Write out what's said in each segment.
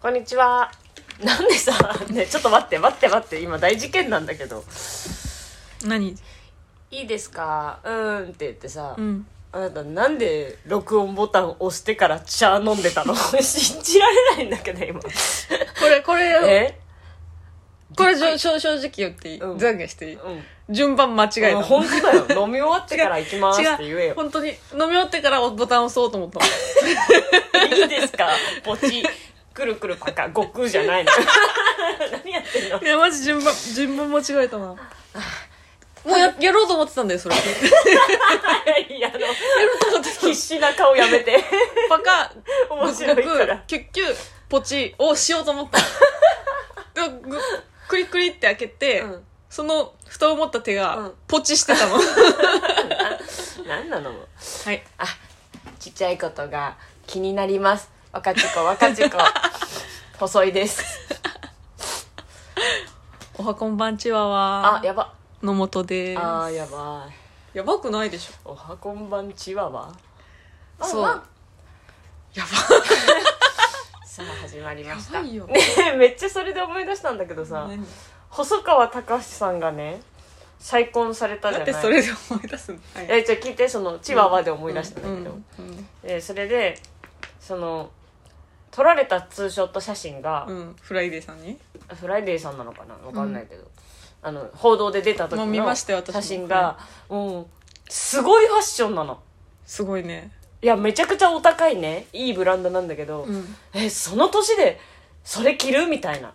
こんにちは。なんでさ、ね、ちょっと待って、待って、待って、今大事件なんだけど。何いいですかうーんって言ってさ、うんあなたなんで録音ボタン押してから茶飲んでたの 信じられないんだけど、今。これこれえこれじょ正正直言っていい、うん懺悔していいうん。順番間違えた、あ本当だよ。飲み終わってから行きますって言えよ。本当に飲み終わってからボタン押そうと思ったのいいですかポチ。くるくるパカ。悟空じゃないの。 何やってんのいやマジ順番順番間違えたなもうややろうと思ってたんだよそれやい や、あの、ろうと思って必死な顔やめて。パカ面ごく白ごいかくら。キュッキュポチをしようと思った でぐクリクリって開けて、うんその蓋を持った手うがんポチして たの何なのはいあ、ちっちゃいことが気になります。若ちこ、若 ちこ。細いです。おはこんばんちはあわ、やば。野本ですあー、やばい。やばくないでしょおはこんばんちわわ。そうあ やさあ始まりましたやばいよねえめっちゃそれで思い出したんだけどさば細川隆さんがね再婚されたじゃだなっいてそれで思い出すの、はいえじゃあ聞いてそのチワワで思い出したんだけど、うんうんでそれでその撮られたツーショット写真がう、んうんフライデーさんにフライデーさんなのかなわかんないけど、あの報道で出た時もう見のましたよ私も写真がもうすごいファッションなのすごいね、いやめちゃくちゃお高いねいいブランドなんだけど、うんえその年でそれ着るみたいな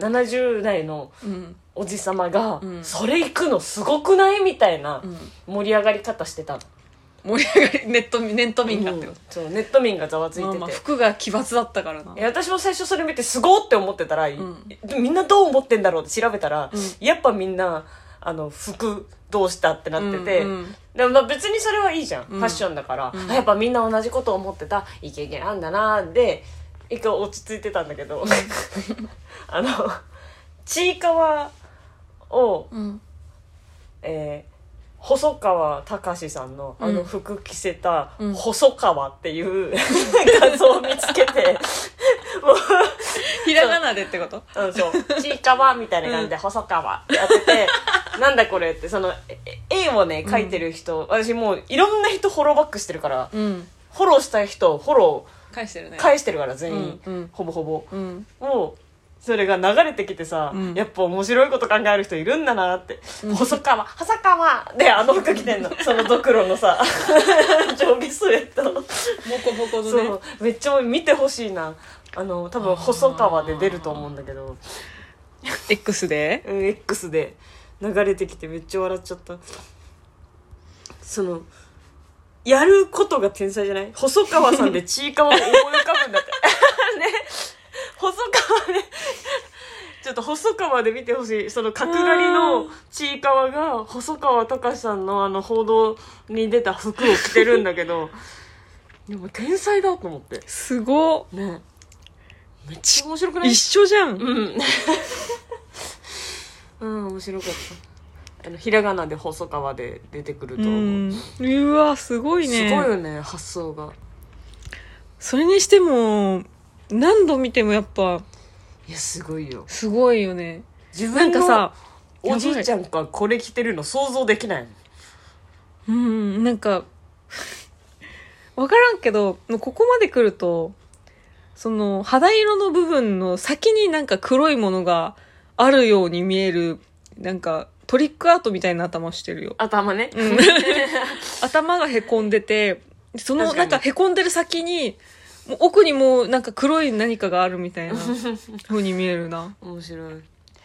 70代のうんおじさまが、うんそれ行くのすごくないみたいなうん、盛り上がり方してたの、盛り上がりネットネット民がってこと、そうネット民がざわついてて、まあまあ服が奇抜だったからないや私も最初それ見てすごって思ってたら、んみんなどう思ってんだろうって調べたら、うやっぱみんなあの服どうしたってなってて、うんうんでもまあ別にそれはいいじゃん、うんファッションだから、うんあやっぱみんな同じこと思ってたいけいけあんだなーで一回落ち着いてたんだけど あのちいかわを、うんえー細川隆さんのあのうん服着せたうん細川っていう 画像を見つけて、もうひらがなでってことうん、そう。ちいかわみたいな感じで、細川ってやってて、 なんだこれって、その、え絵をね、描いてる人、私もういろんな人フォローバックしてるから、うんフォローしたい人、フォロ返してるねー返してるから、全員、うんうんほぼほぼ。うんもう、それが流れてきてさ、うんやっぱ面白いこと考える人いるんだなって。うん細川、細川で、あの服着てんの。そのドクロの さ、上下スウェット。ボコボコのそねう、めっちゃ見てほしいな。あの、多分、細川で出ると思うんだけど。 X でうん X で流れてきてめっちゃ笑っちゃったそのやることが天才じゃない細川さんでちいかわを思い浮かぶんだって ね細川でちょっと細川で見てほしいその角刈りのちいかわが細川隆さんのあの報道に出た服を着てるんだけ どでも天才だと思ってすごねめっちゃ面白くない一緒じゃん、うん。うん、 面白かった。あの、ひらがなで細川で出てくると思う。うわすごいすごねいよね、発想が。それにしても何度見てもやっぱいや、すごいよ。すごいよね自なん分かのさおじいちゃんがこれ着てるの想像できないうんなんかわからんけどもうここまで来るとその肌色の部分の先になんか黒いものがあるように見えるなんかトリックアートみたいな頭してるよ頭ね。うん 頭がへこんでてその確かなにんかへこんでる先にもう奥にもうなんか黒い何かがあるみたいな風に見えるな面白い。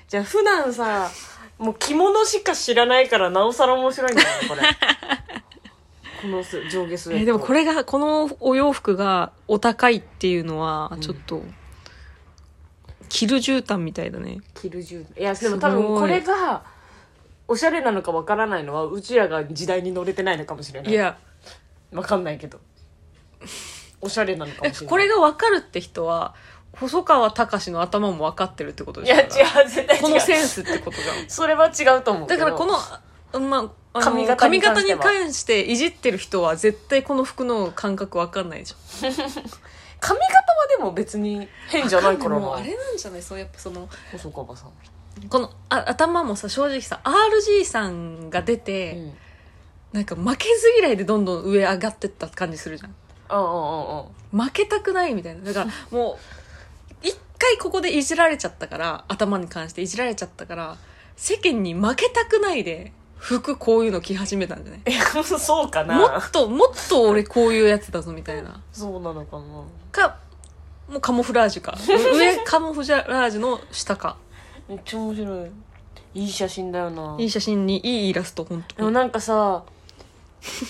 じゃあ、普段さ、もう着物しか知らないから、なおさら面白いんだよね、 これ。このス上下スウェッえト。でもこれがこのお洋服がお高いっていうのはんちょっと、着る絨毯みたいだね着るじゅいやでも多分これがおしゃれなのかわからないのはうちらが時代に乗れてないのかもしれないいやわかんないけど おしゃれなのかえもしれないこれが分かるって人は細川隆の頭も分かってるってこといでしょや違うだから絶対違うこのセンスってことがそれは違うと思うけだどからこの、あまあ、あの髪髪型型に関してはに関していじってる人は絶対この服の感覚わかんないでしょ。髪型はでも別に変じゃないからでもなあれなんじゃないそうやっぱその細川さん、このあ頭もさ正直さ RG さんが出て、うん、なんか負けず嫌いでどんどん上上がってった感じするじゃんああああ負けたくないみたいな だからもう一回ここでいじられちゃったから頭に関していじられちゃったから世間に負けたくないで服こういうの着始めたんじゃないえ そうかもなっともっと俺こういうやつだぞみたいなそうなのかなかもうカモフラージ ュか上カモフラージュの下かめっちゃ面白いいい写真だよないい写真にいいイラスト本でも当なんかさ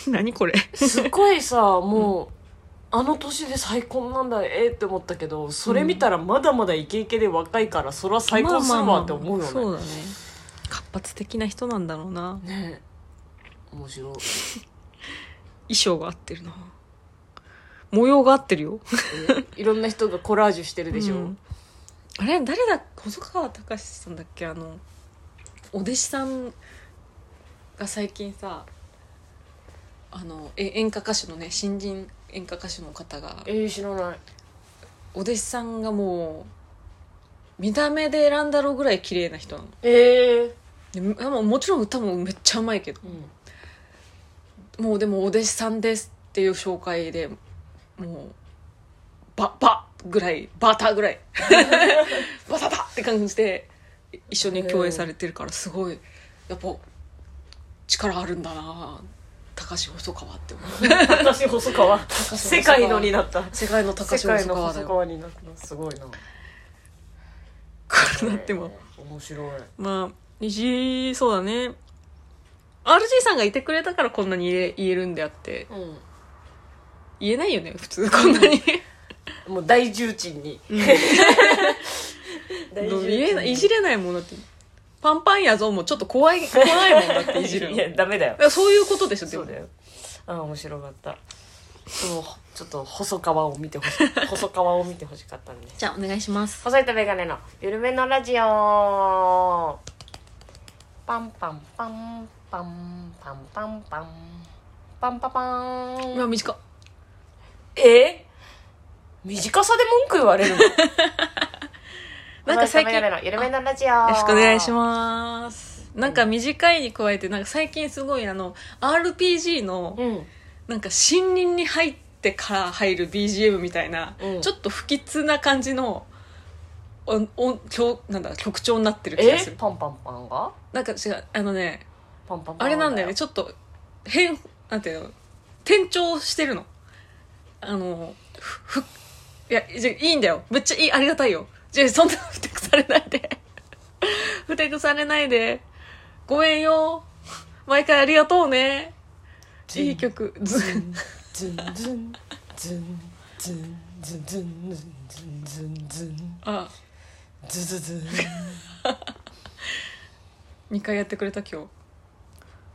何これすっごいさもう、あの年で再婚なんだええって思ったけどそれ見たらまだまだイケイケで若いからそりゃ再婚するわって思うよね、まあまあまあそうだね活発的な人なんだろうなねえ面白い衣装が合ってるな模様が合ってるよいろんな人がコラージュしてるでしょ、うんあれ誰だ細川隆さんだっけあのお弟子さんが最近さあのえ演歌歌手のね新人演歌歌手の方がえー、知らないお弟子さんがもう見た目で選んだろうぐらい綺麗な人なのええでももちろん歌もめっちゃうまいけどうん、もうでもお弟子さんですっていう紹介でもうババぐらいバター ぐらいバタタって感じで一緒に共演されてるからすごいやっぱ力あるんだな高橋細川って思う私細川川世界のになった世界の高世橋界細の川細だよ川になったすごいなこうなっても面白いまあ西そうだね RG さんがいてくれたからこんなに言え言えるんであってうん言えないよね普通こんなにもう大重鎮に。 大ど重う鎮言えないいじれないもんだってパンパンやぞもうちょっと怖い怖いもんだっていじるのいだや、かダメだよ。らそういうことでしょでそもうだよ。ああ、面白かった。でも、ちょっと細川を見てほしい。細川を見てほしかったんで。じゃあお願いします細いとメガネのゆるめのラジオ。パンパンパンパンパンパンパン。パンパパうわン。短っえ短さで文句言われるのなんか 細い最とメガネ近のゆるめのラジオ。よよろしくお願いします。ますなんか短いに加えてなんか最近すごいあの RPG のうん。なんか森林に入ってから入る BGM みたいな、うんちょっと不吉な感じのおお曲なんだ曲調になってる気がすえるパンパンパンがなんか違うあのねパンパンパンあれなんだよね、ちょっと、変、なんていうの、転調してるの。あの、ふ、ふ、いや、じゃいいんだよ。めっちゃいい、ありがたいよ。じゃあそんな、 ふてくされないで。 ふてくされないで。ごめんよ。毎回ありがとうね。いい曲。ずズンズンズンズンズンズンズンズンズンズン あ、ズズズン2回やってくれた今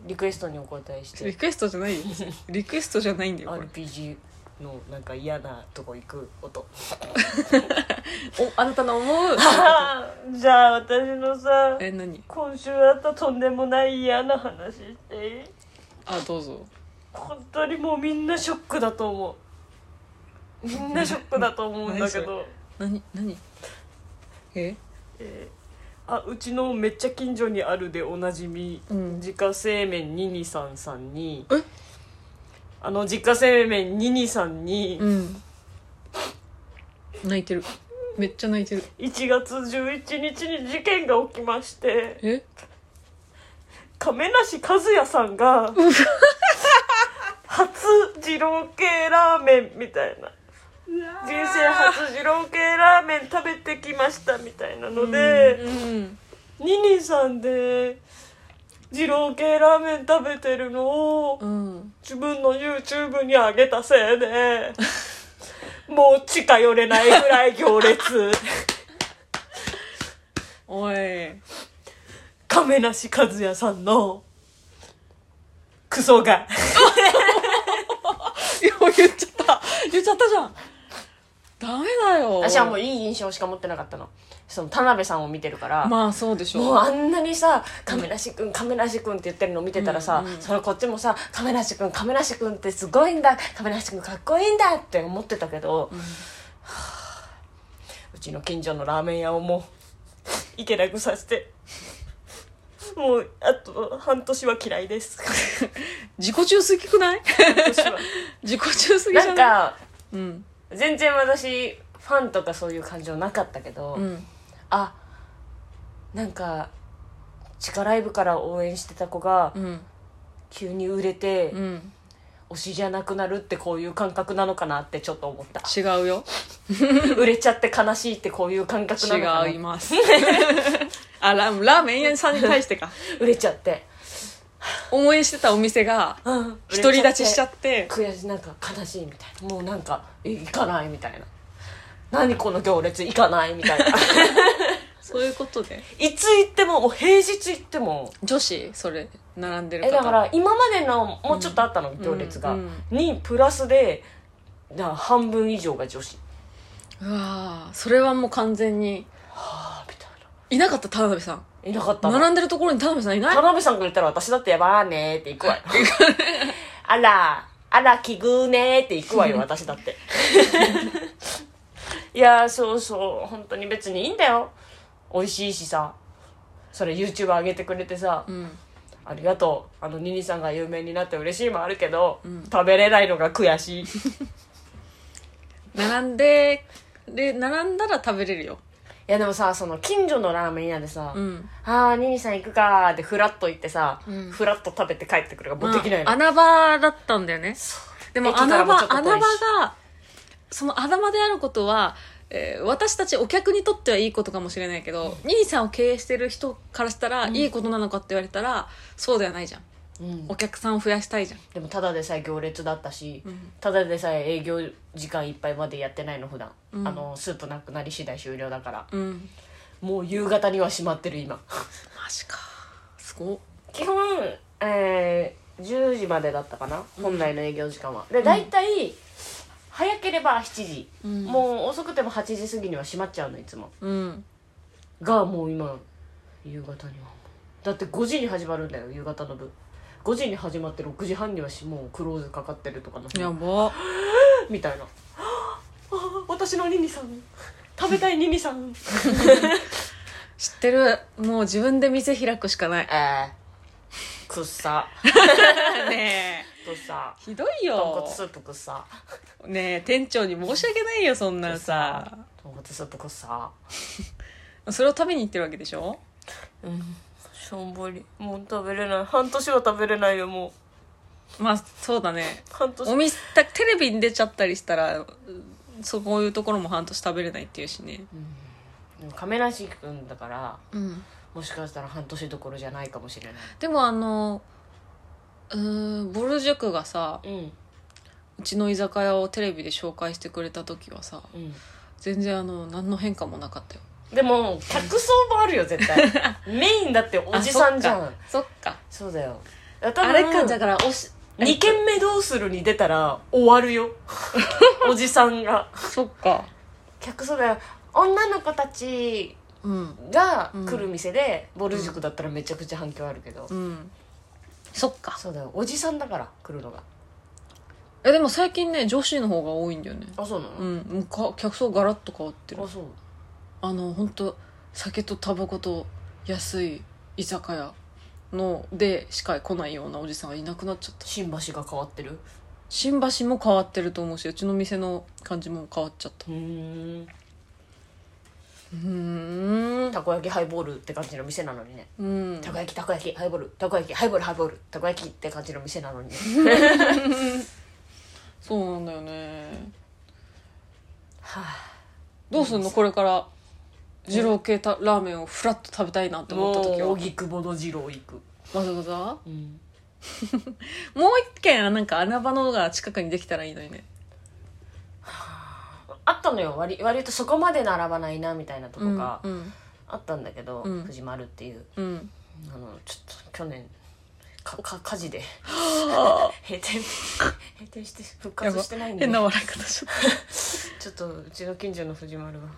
リクエストにお答えし日。リてクエストじゃない よ。リクエストじゃないんだよ、これ。 RPG のなんか嫌なとこ行く 音お、あなたの思う。じゃあ私のさえ、何今週あったとんでもない嫌な話していいあ、どうぞ。本当にもうみんなショックだと思うみんなショックだと思うんだけ ど何何ええーあうちのめっちゃ近所にあるでおなじみ、うん自家製麺ニニさんさんにえあの自家製麺ニニさんにうん泣いてるめっちゃ泣いてる1月11日に事件が起きましてえ亀梨和也さんが初二郎系ラーメンみたいな人生初二郎系ラーメン食べてきましたみたいなので。うんニニさんで二郎系ラーメン食べてるのをうん自分の YouTube に上げたせいでもう近寄れないぐらい行列おい亀梨和也さんのクソが言っちゃった言っちゃったじゃんダメだよ私はもういい印象しか持ってなかったのその田辺さんを見てるから、まあそうでしもうょあんなにさ「亀梨君亀梨君」って言ってるの見てたらさ、それこっちもさ「亀梨君亀梨君ってすごいんだ亀梨君かっこいいんだ」って思ってたけど、うちの近所のラーメン屋をもう行けなくさせてもうあと半年は嫌いです自己中すぎくない 半年 は自己中すぎじなゃんないかうん。全然私ファンとかそういう感情なかったけど、うん。あなんか地下ライブから応援してた子がうん。急に売れて、うん。推しじゃなくなるってこういう感覚なのかなってちょっと思った 違うよ。売れちゃって悲しいってこういう感覚なのか違いなます。あ、ララーメン屋さんに対してか。売れちゃって応援してたお店が、うん独り立ちしちゃって、悔しいなんか悲しいみたいなもうなんかえ行かないみたいな何この行列行かないみた いなそういうことで。いつ行ってももう平日行っても女子それ、並んでるえ方。だから今までのもうちょっとあったの、行列が、うんにプラスでだから半分以上が女子うわーそれはもう完全に。はあみたいないなかった、田辺さん。いなかったの並んでるところに田辺さんいない田辺さんが言ったら私だってやばーねーって行く わよあらあら奇遇ねーって行くわ よ私だっていやーそうそう本当に別にいいんだよ美味しいしさそれ YouTube 上げてくれてさ、うん。ありがとうあのニニさんが有名になって嬉しいもあるけど、ん食べれないのが悔しい並んで、で、並んだら食べれるよ。いやでもさその近所のラーメン屋でさ「うん。あーニニさん行くか」ってフラッと行ってさ、うんフラッと食べて帰ってくるがもうできないの、まあ穴場だったんだよね。でも駅か穴らもちょっと場、遠いし穴場が、その穴場であることは、えー私たちお客にとってはいいことかもしれないけど、ニニさんを経営してる人からしたら、いいことなのかって言われたら、そうではないじゃん。うんお客さんを増やしたいじゃん。でもただでさえ行列だったし、ただでさえ営業時間いっぱいまでやってないの普段、あのスープなくなり次第終了だからうん。もう夕方には閉まってる今マジか。すごっ。 基本、えー、10時までだったかな本来の営業時間は、で大体早ければ7時、うんもう遅くても8時過ぎには閉まっちゃうのいつもうん。がもう今夕方にはだって5時に始まるんだよ夕方の部5時に始まって6時半にはしもうクローズかかってるとかの日もやば。みたいな あ私のニニさん食べたいニニさん知ってる。もう自分で店開くしかない。えー、くっさねえ。くっさ ひどい豚骨よ。スープくっさねえ、店長に申し訳ないよ、そんなんさ。豚骨スープくっさそれを食べに行ってるわけでしょうんしょんぼりもう食べれない半年は食べれないよもうまあ、そうだね。半年お店たテレビに出ちゃったりしたらうんそうこういうところも半年食べれないっていうしねでも亀梨君だからうんもしかしたら半年どころじゃないかもしれなでもあのうーんボル塾がさいうんうちの居酒屋をテレビで紹介してくれた時はさうん全然あの何の変化もなかったよでも客層もあるよ絶 対メインだっておじさんじゃんそっかそうだよ多分あれかだからおし二えっ軒目どうするに出たら終わる よおじさんがとそっか客層が女の子たちうんが来る店で、ボル塾だったらめちゃくちゃ反響あるけど、うんそっかそうだよおじさんだから来るのがえでも最近ね女子の方が多いんだよねあそうなの、うんもうか客層ガラッと変わってるあそうあの本当酒とタバコと安い居酒屋のでしか来ないようなおじさんがいなくなっちゃった新橋が変わってる新橋も変わってると思うしうちの店の感じも変わっちゃったうーんうーんたこ焼きハイボールって感じの店なのにねうんたこ焼きたこ焼きハイボールたこ焼きハイボールハイボールたこ焼きって感じの店なのにねそうなんだよねはあどうすんのこれから二郎系たラーメンをフラッと食べたいなって思もった時うは荻窪の二郎行く、わざわざうん、もう一軒なんか穴場のが近くにできたらいいのにねあったのよ割割とそこまで並ばないなみたいなとこが、うんあったんだけど、うん藤丸っていううん、うん、あのちょっと去年かか火事で 閉店 閉店して復活してないんで変な笑い方しちちゃったょっとうちの近所の藤丸は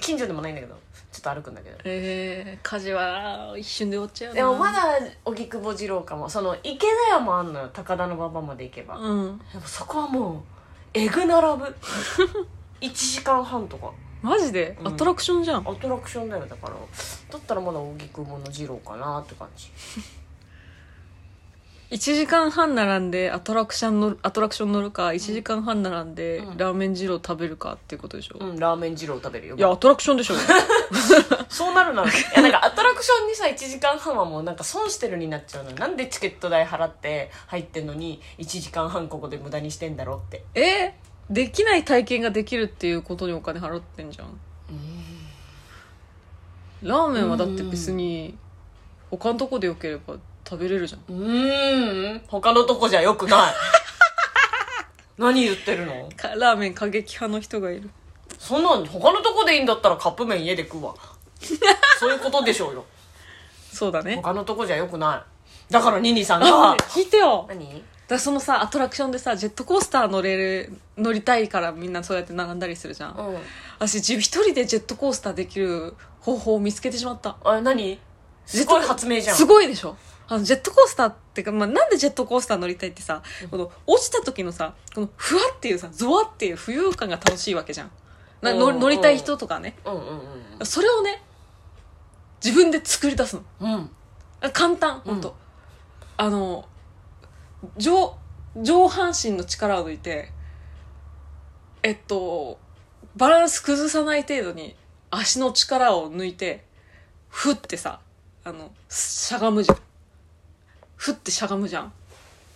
近所でもないんだけどちょっと歩くんだけど えー、家事は一瞬で終わっちゃうよなでもまだ荻窪二郎かもその池田屋もあんのよ高田馬場まで行けば、うん でもそこはもうえぐ並ぶ1時間半とかマジでうんアトラクションじゃん、アトラクションだよだからだったらまだ荻窪の二郎かなって感じ一1時間半並んでアトラクション乗るアトラクション乗るか1時間半並んで、うんラーメン二郎食べるかっていうことでしょ、うんラーメン二郎食べるよいやアトラクションでしょそうなる ならいやなんかアトラクションにさ1時間半はもうなんか損してるになっちゃうのなんでチケット代払って入ってんのに1時間半ここで無駄にしてんだろうってえできない体験ができるっていうことにお金払ってんじゃんラーメンはだって別に他のとこでよければ食べれるじゃんうーん他のとこじゃよくない 何言ってるのかラーメン過激派の人がいるそんなん他のとこでいいんだったらカップ麺家で食 うわそういうことでしょうよそうだね他のとこじゃよくないだからニニさんあが聞いてよだか何らそのさアトラクションでさジェットコースター乗れる乗りたいからみんなそうやって並んだりするじゃん、うん私自一人でジェットコースターできる方法を見つけてしまったあれ何すごい発明じゃんすごいでしょあのジェットコースターってか、まあ、なんでジェットコースター乗りたいってさ、この落ちた時のさこのふわっていうさゾワっていう浮遊感が楽しいわけじゃんな乗うん乗りたい人とかねうんうんそれをね自分で作り出すのうんうんあ簡単うん本当、あの上上半身の力を抜いてえっとバランス崩さない程度に足の力を抜いてふってさあのしゃがむじゃんふってしゃがむじゃん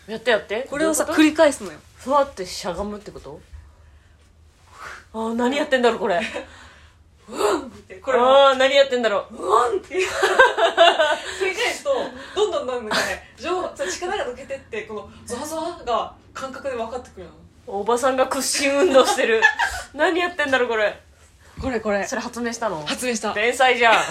やってやってこれをさどうい繰うこり返すのよとふわってしゃがむってことあー何やってんだろうこれこれをあー何やってんだろううわんって繰り返すとどんどんどんどんね上さ力が抜けてってこのゾワゾワが感覚で分かってくるのおばさんが屈伸運動してる何やってんだろうこれこれこれそれ発明したの発明した天才じゃん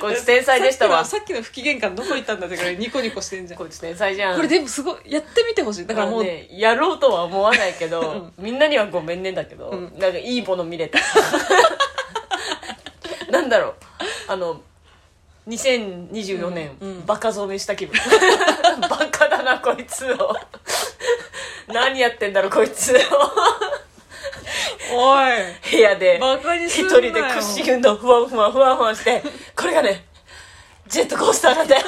こいつ天才でしたわさっきのさっきの不機嫌感どこ行ったんだってぐらい ニコニコしてんじゃんここいつ天才じゃんれでもすごいやってみてほしいだからもう、あのね、やろうとは思わないけど、みんなにはごめんねだけど、うんなんかいいもの見 れたなんだろうあの2024年、うんうんバカ染めした気分 バカだなこいつを何やってんだろうこいつをおい部屋でバカにす一んな人よで屈伸運動ふわんふわんふわんふわんしてこれがねジェットコースター なんだよ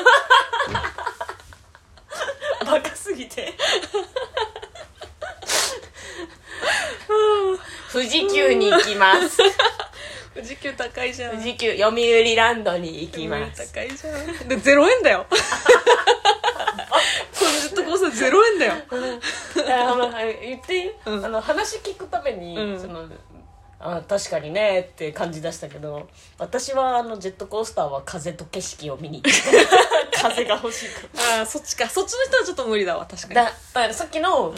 バカすぎて富士急に行きます富士急高いじゃん富士急読売ランドに行きます高いじゃんで0円だよ このジェットコースター0円だよあの言っていい、うんあの話聞くために、うんそのあ確かにねって感じ出したけど私はあのジェットコースターは風と景色を見に行 く風が欲しいからああそっちかそっちの人はちょっと無理だわ確かにだだからさっきの、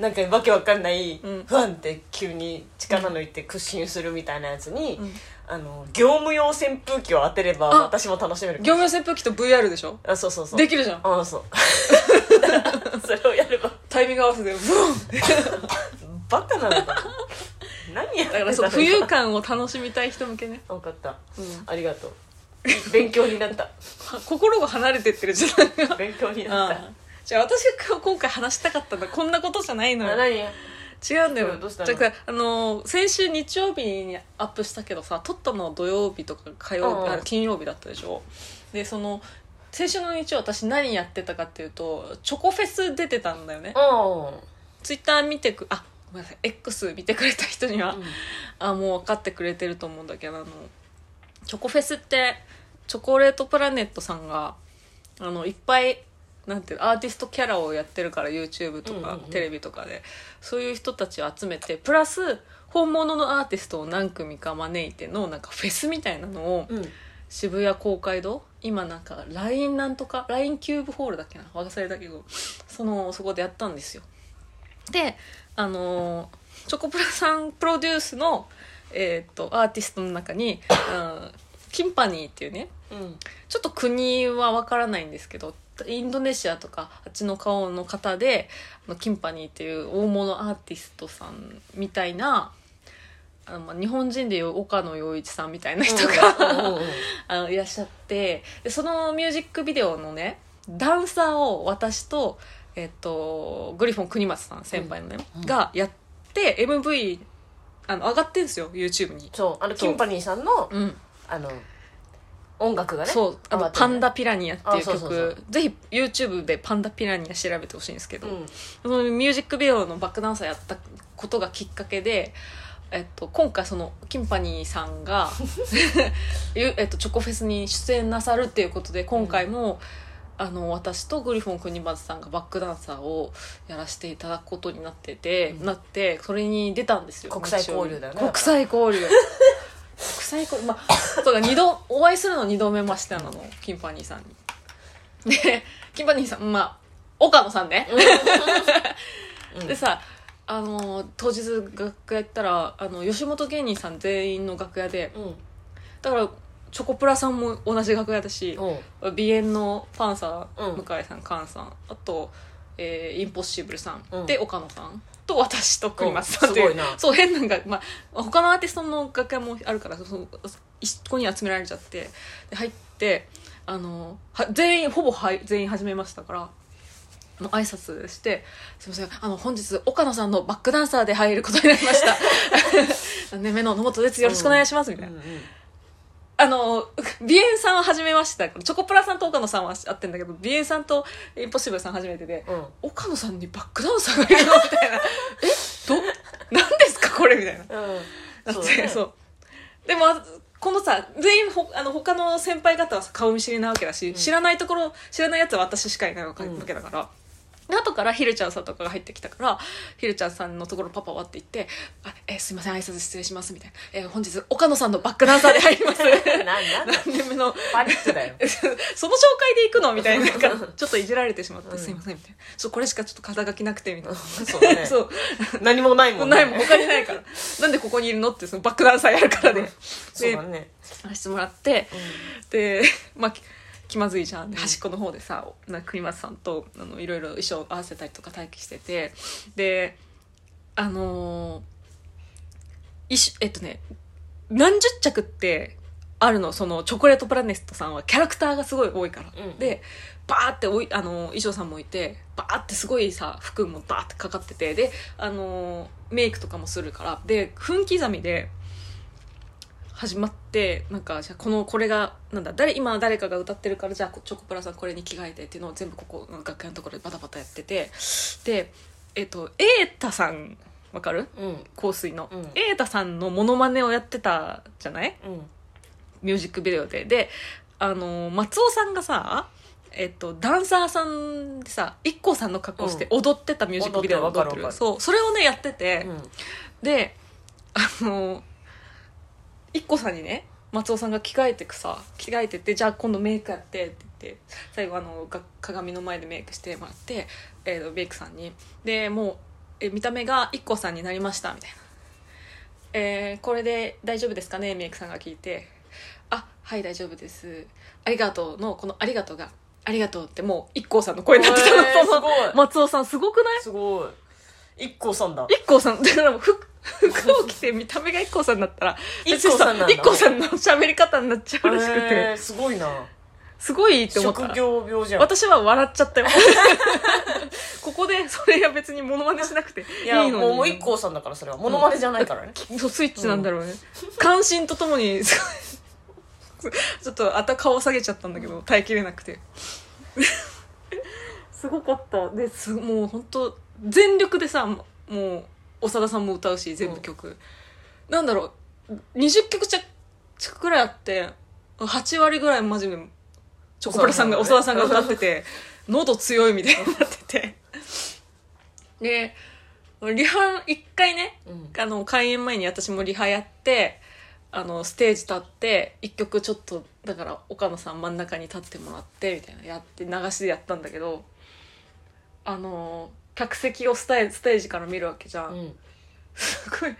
なんかわけわかんない、うん不安って急に力抜いて屈伸するみたいなやつに、うんあの業務用扇風機を当てればあ私も楽しめる業務用扇風機と VR でしょあそうそうそうできるじゃんあ そう それをやればタイミング合わせでブーンってバカなのかな何やって んだのからそう浮遊感を楽しみたい人向けね、分かったうん、ありがとう勉強になったは心が離れてってる時代が勉強になったああじゃあ私が今回話したかったのはこんなことじゃないのあよ何違うんだようんどうしたのじゃああのー先週日曜日にアップしたけどさ撮ったのは土曜日とか火曜うん日うんあ金曜日だったでしょでその先週の日曜私何やってたかっていうとチョコフェス出てたんだよねうツイッター見てくあごめんなさい X 見てくれた人には、んあもう分かってくれてると思うんだけどあのチョコフェスってチョコレートプラネットさんがあのいっぱいなんていうアーティストキャラをやってるから YouTube とうんかうんうんテレビとかで、そういう人たちを集めてプラス本物のアーティストを何組か招いてのなんかフェスみたいなのをうん渋谷公会堂今なんか LINE なんとか LINE キューブホールだっけな忘れたけどそのそこでやったんですよであのーチョコプラさんプロデュースの、えーっとアーティストの中に、うん、キンパニーっていうねうんちょっと国はわからないんですけどインドネシアとかあっちの顔の方であのキンパニーっていう大物アーティストさんみたいなあの、まあ、日本人でいう岡野陽一さんみたいな人が、うんうんうんあのいらっしゃってでそのミュージックビデオのねダンサーを私と,、えっとグリフォン国松さん先輩のね、うんがや MV あの上がってんすよ YouTube に、そうあのキそうンパニーさんのうん、あの音楽がねそうあ上がのってるパンダピラニアっていう曲あそうそうそうぜひ YouTube でパンダピラニア調べてほしいんですけど、うんそのミュージックビデオのバックダンサーやったことがきっかけで、えっと、今回そのキンパニーさんが、 ゆえっと、チョコフェスに出演なさるっていうことで今回も、あの私とグリフォン国松さんがバックダンサーをやらせていただくことになってて、うんなってそれに出たんですよ国際交流だよね国際交流国際交流まあ そうか二度お会いするの2度目ましてなのキンパニーさんにでキンパニーさんまあ岡野さんね、うんでさあのー当日楽屋行ったらあの吉本芸人さん全員の楽屋でうんだからチョコプラさんも同じ楽屋だしうん鼻炎のパンサー、うん向井さん菅さんあと、えーインポッシブルさん、うんで岡野さんと私と栗松さんっていううんすごいなそう変なんか、まあ、他のアーティストの楽屋もあるからその一個に集められちゃってで入ってあのは全員ほぼはい全員始めましたから。の挨拶して、すみません、あの、本日、岡野さんのバックダンサーで入ることになり ました。 ね、目の野本です。よろしくお願いします、みたいなう。んうんあの、ビエンさんは初めましてだから、チョコプラさんと岡野さんは会ってんだけど、ビエンさんとインポッシブルさん初めてで、うん岡野さんにバックダンサーがいるのみたいな。え ど、何ですかこれみたいな。うだんってそそうう,、だねでもこのさ全員ほあの他の先輩方はさ顔見知りなわけだし、ん知らないところ知らないやつは私しかいないわけうんわけだから、で後からひるちゃんさんとかが入ってきたからひるちゃんさんのところパパはって言って「あえーすいません挨拶失礼します」みたいな、えー本日岡野さんのバックダンサーで入ります」なんなんだ何年目の パニックだよその紹介で行くのみたいななんかちょっといじられてしまって「すいません」みたいな「ちょっとこれしかちょっと肩書きなくて」みたいな、そうだねそう何もないもんねないもん他にないからなんでここにいるのってそのバックダンサーやるからで、そうだね話してもらって、で まあき気まずいじゃんで端っこの方でさな栗松さんとあのいろいろ衣装合わせたりとか待機しててであのー衣装えっとね何十着ってあるのそのチョコレートプラネットさんはキャラクターがすごい多いから、うんでバーっておいあの衣装さんもいてバーってすごいさ服もバーってかかっててであのメイクとかもするからで分刻みで始まってなんかじゃあこのこれがなんだ誰今誰かが歌ってるからじゃあチョコプラさんこれに着替えてっていうのを全部ここの楽屋のところでバタバタやっててでえっと瑛太さんわかるうん香水のうん瑛太、さんのモノマネをやってたじゃないうんミュージックビデオで。で、あの、松尾さんがさ、えっと、ダンサーさんでさ、i k さんの格好して踊ってたミュージックビデオが踊ってる踊っわかてる。るわかるそう、それをね、やってて、うんで、あの、i k さんにね、松尾さんが着替えてくさ、着替えてって、じゃあ今度メイクやってって言って、最後あの、が鏡の前でメイクしてもらって、えっとメイクさんに。で、もう、え見た目が i k さんになりました、みたいな。えーこれで大丈夫ですかねメイクさんが聞いて「あはい大丈夫ですありがとう」のこの「ありがとう」が「ありがとう」ってもう IKKO さんの声になってたの、えーそのすごい松尾さんすごくないすごい一個さんだ ?IKKO さんだからもう服服を着て見た目が IKKO さんだったら IKKO さんなんだ IKKO さんの喋り方になっちゃうらしくて、えーすごいなすごいいいって思った職業病じゃん私は笑っちゃったよここでそれが別にモノマネしなくていいいのやにもう一個さんだからそれはモノマネじゃないからねそうスイッチなんだろうね、関心とともにすごいちょっとあた顔下げちゃったんだけど耐えきれなくてすごかったですもう本当全力でさもう長田さんも歌うし全部曲、なんだろう20曲ちゃくくらいあって8割ぐらいマジでチョコプラさんが長長田田ささんんががね歌って て喉強いみたいになっててでリハ一回ねうんあの開演前に私もリハやってあのステージ立って一曲ちょっとだから岡野さん真ん中に立ってもらってみたいなやって流しでやったんだけどあの客席をスタイステージから見るわけじゃん、 うんすごい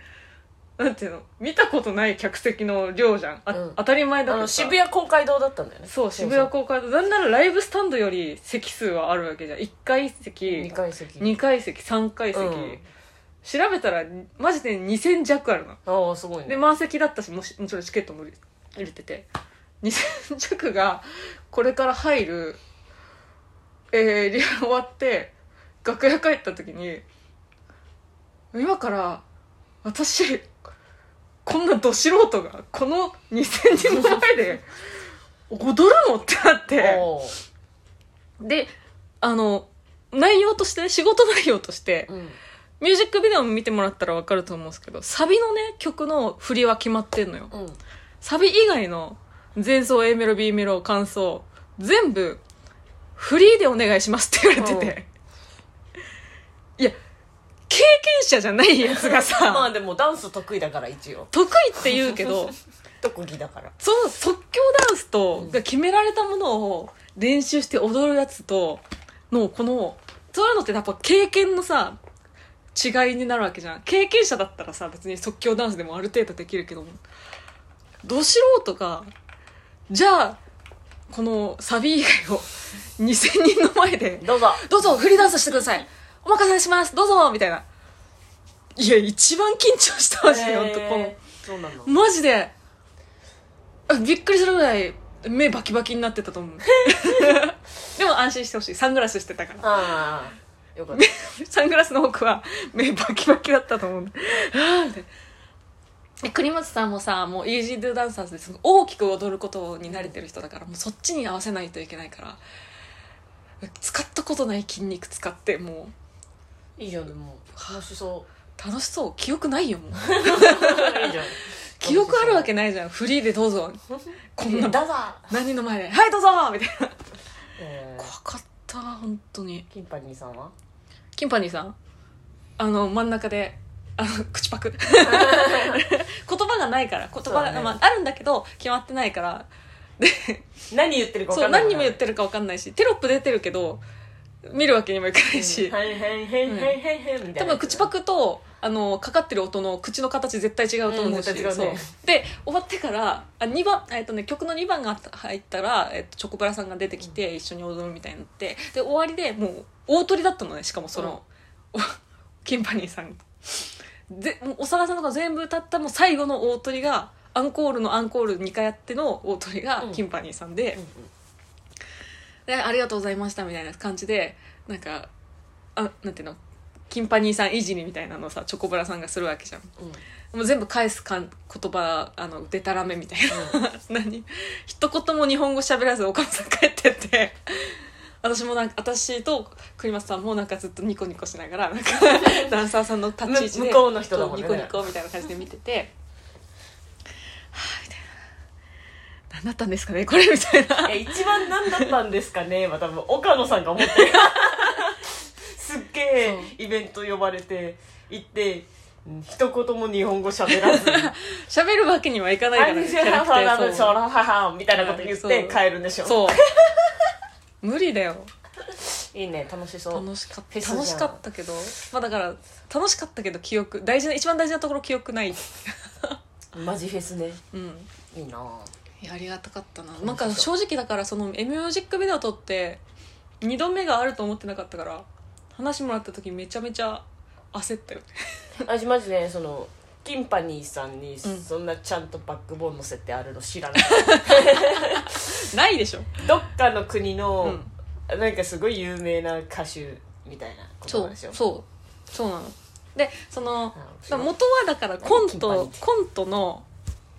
なんていうの見たことない客席の量じゃんあ、うん当たり前だあけどのさ渋谷公会堂だったんだよねそう渋谷公会堂なんならライブスタンドより席数はあるわけじゃん1階席2階席2階席3階席、うん調べたらマジで2000弱あるのああすごいねで満席だったしもしもちろんチケットも入れてて2000着がこれから入る、えー、リハ終わって楽屋帰った時に今から私こんなど素人がこの2,000人の前で踊るのってなっておであの内容としてね仕事内容としてーうんミュージックビデオも見てもらったら分かると思うんですけどサビのね曲の振りは決まってんのよ うんサビ以外の前奏 A メロ B メロ感想全部フリーでお願いしますって言われてて、いや経験者じゃないやつが まあさでもダンス得意だから一応得意って言うけど特技だからその即興ダンスとが決められたものを練習して踊るやつとのこのそういうのってやっぱ経験のさ違いになるわけじゃん経験者だったらさ別に即興ダンスでもある程度できるけどもど素人がじゃあこのサビ以外を2000人の前でどうぞ「どうぞフリーダンスしてくださいお任せしますどうぞ」みたいないや一番緊張したマジで本当このえーそうなのマジであびっくりするぐらい目バキバキになってたと思う でも安心してほしいサングラスしてたからああよかったサングラスの奥は目バキバキだったと思うんだああみたいなえ国松さんもさもうイージードゥダンサーズですごい大きく踊ることに慣れてる人だからもうそっちに合わせないといけないから使ったことない筋肉使ってもいいじゃんでも楽しそう楽しそう記憶ないよもう ういいじゃん記憶あるわけないじゃんフリーでどうぞこんどなうぞ何人の前で「はいどうぞ!」みたいなえ怖かった本当にーキンパニーさんはキンパニーさんあの真ん中であの 口パク言葉がないから言葉そうが、だねまあ、あるんだけど決まってないから何言ってるか分そかうんない何にも言ってるか分かんないしテロップ出てるけど見るわけにもいかないし、うんはいはいはいはいはいはいみた多いな分口パクとあのかかってる音の口の形絶対違うと思うし、うん絶対違うねそうで終わってからあ2番、えっとね、曲の2番が入ったら、えっと、チョコプラさんが出てきて一緒に踊るみたいになってで終わりでもう大トリだったのねしかもその、 キンパニーさんでもうおさがさんとか全部歌ったもう最後の大トリがアンコールのアンコール2回やっての大トリがうんキンパニーさんで。でありがとうございましたみたいな感じでなんかあなんていうのキンパニーさんいじりみたいなのをさチョコブラさんがするわけじゃんうんうんもう全部返すかん言葉あのでたらめみたいな、 何一言も日本語喋らずお母さん帰ってって私もなんか私と栗松さんもなんかずっとニコニコしながら なんかダンサーさんの立ち位置でむ向こうの人だもんねニコニコみたいな感じで見てて 「はあ」みたいな「何だったんですかねこれ」みたいな。え一番何だったんですかね は多分岡野さんが思 ってるすっげえイベント呼ばれて行ってうん一言も日本語喋らず に喋るわけにはいかないからね、キャラクターそそうらははみたいなこと言っそてう帰るんでしょ そう無理だよいいね楽しそう楽しかっフェスじゃたん楽しかったけどまあだから楽しかったけど記憶大事な一番大事なところ記憶ないマジフェスねうんいいなぁいやありがたかったななんか正直だからその「M ミュージックビデオ」撮って2度目があると思ってなかったから話もらった時めちゃめちゃ焦ったよね私マジねそのキンパニーさんにんそんなちゃんとバックボーン乗せてあるの知らない、ないでしょどっかの国の、んなんかすごい有名な歌手みたいなことそなんうですそようそうなのでそのあ面だか白いら元はだからコン金パニトコントの、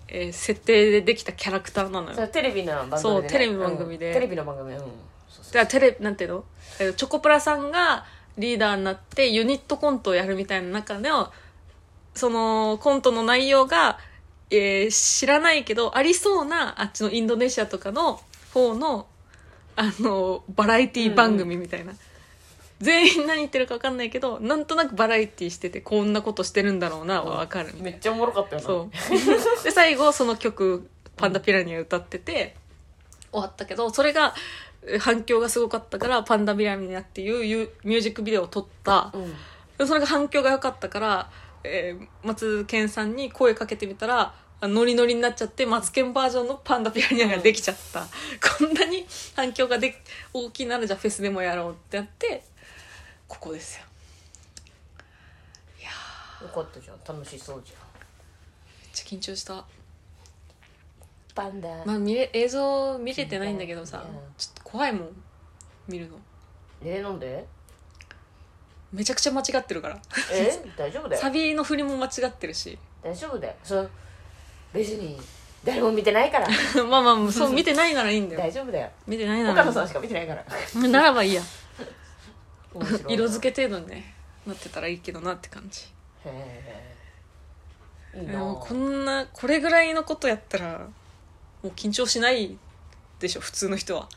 えー設定でできたキャラクターなのよそだうかテレビの番組で、ね、そうテレビの番組でうんテレビの番組うんそうそうらテレなんていうの、えーチョコプラさんがリーダーになってユニットコントをやるみたいな中でのそのコントの内容が、えー知らないけどありそうなあっちのインドネシアとかの方のあのバラエティ番組みたいな、全員何言ってるか分かんないけどなんとなくバラエティしててこんなことしてるんだろうなは分かるみたいめなっちゃおもろかったよなそう で最後その曲パンダピラニア歌ってて終わったけどそれがえ反響がすごかったからパンダピラニアっていうゆミュージックビデオを撮ったうんでそれが反響が良かったから、えー松健さんに声かけてみたらあノリノリになっちゃって松健バージョンのパンダピラニアができちゃった、 こんなに反響ができ大きいならじゃあフェスでもやろうってやってここですよよかったじゃん楽しそうじゃめっちゃ緊張したんパンダ、まあ、見れ映像見れてないんだけどさうんちょっと怖いもん見るのえなんでめちゃくちゃ間違ってるからえ大丈夫だよサビの振りも間違ってるし 大丈夫だよその別に誰も見てないからまあまあそう見てないならいいんだよ大丈夫だよ見てないな岡ら野さんしか見てないからならばいいや面白い色付け程度にねなってたらいいけどなって感じへえいいでなもこんなこれぐらいのことやったらもう緊張しないでしょ普通の 人は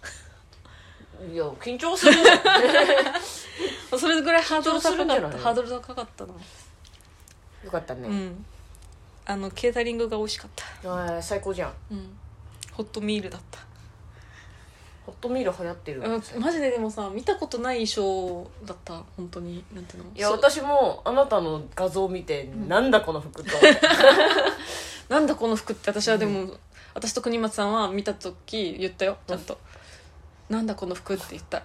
いや緊張するじゃんそれぐらいハードル高緊張するんじかゃっないたハードル高かったなよかったうね、んあのケータリングが美味しかったあー最高じゃんうんホットミールだったホットミール流行ってる、いうんマジででもさ見たことない衣装だった本当になんていうのやそう私もあなたの画像を見て、なんだこの服と思 ってなんだこの服って私はでも、私と国松さんは見た時言ったよちゃんと、なんだこの服って言った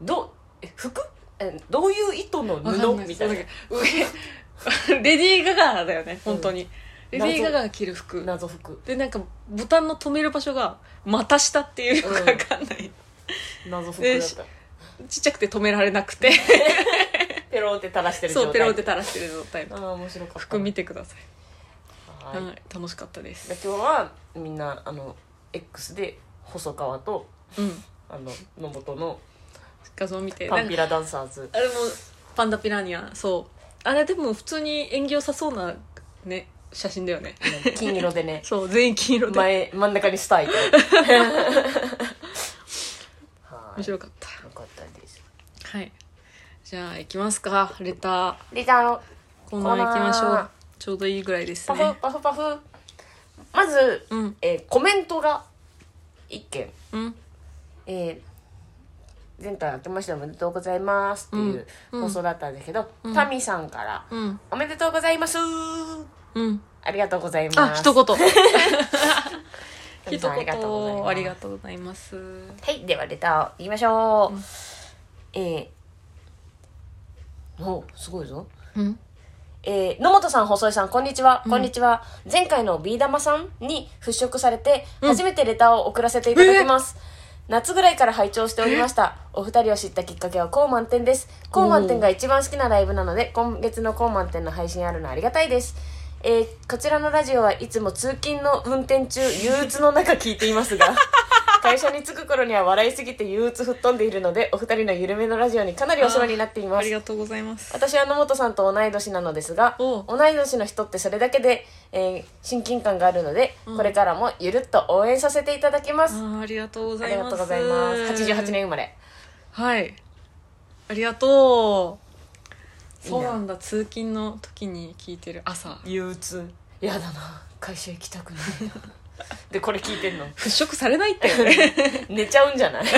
どうえ服えどういう糸のわかん布ないみたいなそうだけど上 レディー・ガガだよね本当に、レディー・ガガが着る服謎服でなんかボタンの止める場所が股下っていうよくわかんない、謎服だっえたしちっちゃくて止められなくてペローって垂らしてる状態そうペロって垂らしてる状態あのあ面白かった服見てくださ、はいいはい、楽しかったですで今日はみんなあの X で細川とうんあの野本の画像見てパなんンかピラダンサーズあれもパンダピラニアそうあれでも普通に縁起良さそうなね写真だよね金色でねそう全員 金色で前真ん中にス ターいてはい面白かったよかったですはいじゃあ行きますかレターでじゃああのコーナー行きましょコーナーうちょうどいいぐらいですパフねパフパフまず、うんえーコメントが一件うんえー前回明けましておめでとうございますっていううん放送だったんだけど、タミさんから、うんおめでとうございますうんありがとうございますあ一言タミ一さんありがとうございます言ありがとうございますはい、ではレター行きましょう。えー、おすごいぞ。うんえー、野本さん、細井さん、こんにちは。こんにちは。前回のビー玉さんに払拭されて、初めてレターを送らせていただきます。夏ぐらいから拝聴しておりました。お二人を知ったきっかけは高満点です。高満点が一番好きなライブなので、今月の高満点の配信あるのありがたいです。えー、こちらのラジオはいつも通勤の運転中、憂鬱の中聞いていますが。会社に着く頃には笑いすぎて憂鬱吹っ飛んでいるのでお二人の緩めのラジオにかなりお世話になっていあますりがとうございます私は野本さんと同い年なのですがおう同い年の人ってそれだけで、えー親近感があるので、これからもゆるっと応援させていただきまあすーありがとうごあざりいがますとうございます88年生まれはいありがとういいなそうなんだ通勤の時に聞いてる朝憂鬱やだな会社行きたくないな でこれ聞いてんの払拭されないってよ ね寝ちゃうんじゃない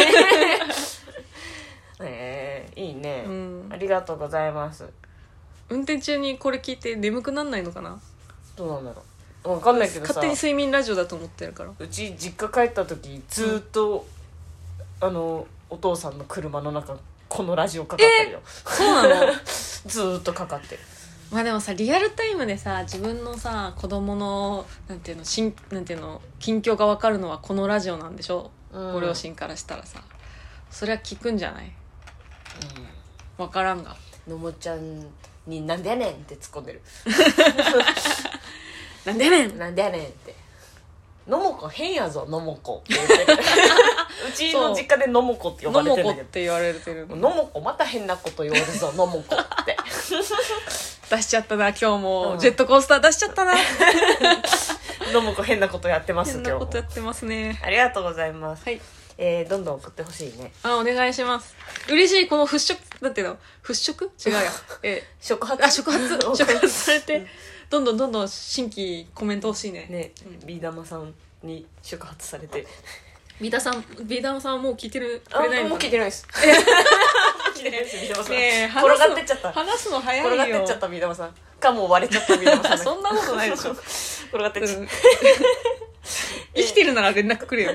えーいいね、 うんありがとうございます運転中にこれ聞いて眠くなんないのかなどうなんだろうわかんないけどさ勝手に睡眠ラジオだと思ってるからうち実家帰った時ずーっと、あのお父さんの車の中このラジオかかってるよ、そう なのずーっとかかってるまあでもさリアルタイムでさ自分のさ子供のなんていうのしんなんていうの近況が分かるのはこのラジオなんでしょ、うんご両親からしたらさそれは聞くんじゃない分からんがのもちゃんに「なんでやねん!」って突っ込んでるなんでやね「んなんでやねん!」って「のもこ変やぞのも こ」って言ってるうちの実家で「のもこ」って呼ばのれてもるこんだっけどて言われてるのもこまた変なこと言われるぞのもこって 出しちゃったな今日も、うんジェットコースター出しちゃったな「のもこ変なことやってます変今日なもことやってますねありがとうございます、はいえーどんどん送ってほしいねあお願いします嬉しいこの払拭なんていうの払拭違うやえ触発 あ触発触発されてどんどんどんどん新規コメント欲しいねね、ビー玉さんに触発されてビーダさんビーダさんはもう聞いてるあくれないのもうか聞いてなない ですもう聞いてないですビー玉さん、ねえ転話すがのってっちゃった話すの早いよ転がってっちゃったビー玉さんかもう割れちゃったビー玉さん そんなことないでしょ転がってっちゃった、うん生きてるなら連絡くれよ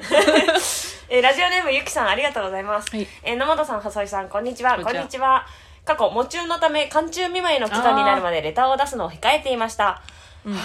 えーラジオネームゆきさんありがとうございます、はいえー野本さん細井さんこんにちはこんにちはは過去喪中のため寒中見舞いの期間になるまでレターを出すのを控えていましたうんはぁ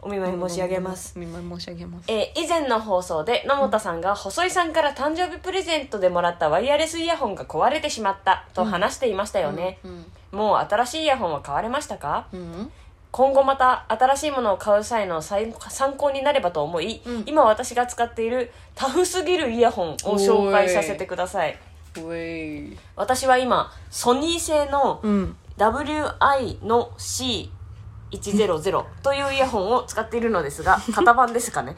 お見舞い申し上げます。お見舞い申し上げます。えー以前の放送で野本さんが細井さんから誕生日プレゼントでもらったワイヤレスイヤホンが壊れてしまったと話していましたよね、うん。もう新しいイヤホンは買われましたかうん。今後また新しいものを買う際の参参考になればと思い、うん今私が使っているタフすぎるイヤホンを紹介させてくださいおい。私は今ソニー製のうん。 WI の C100 というイヤホンを使っているのですが型番ですかね、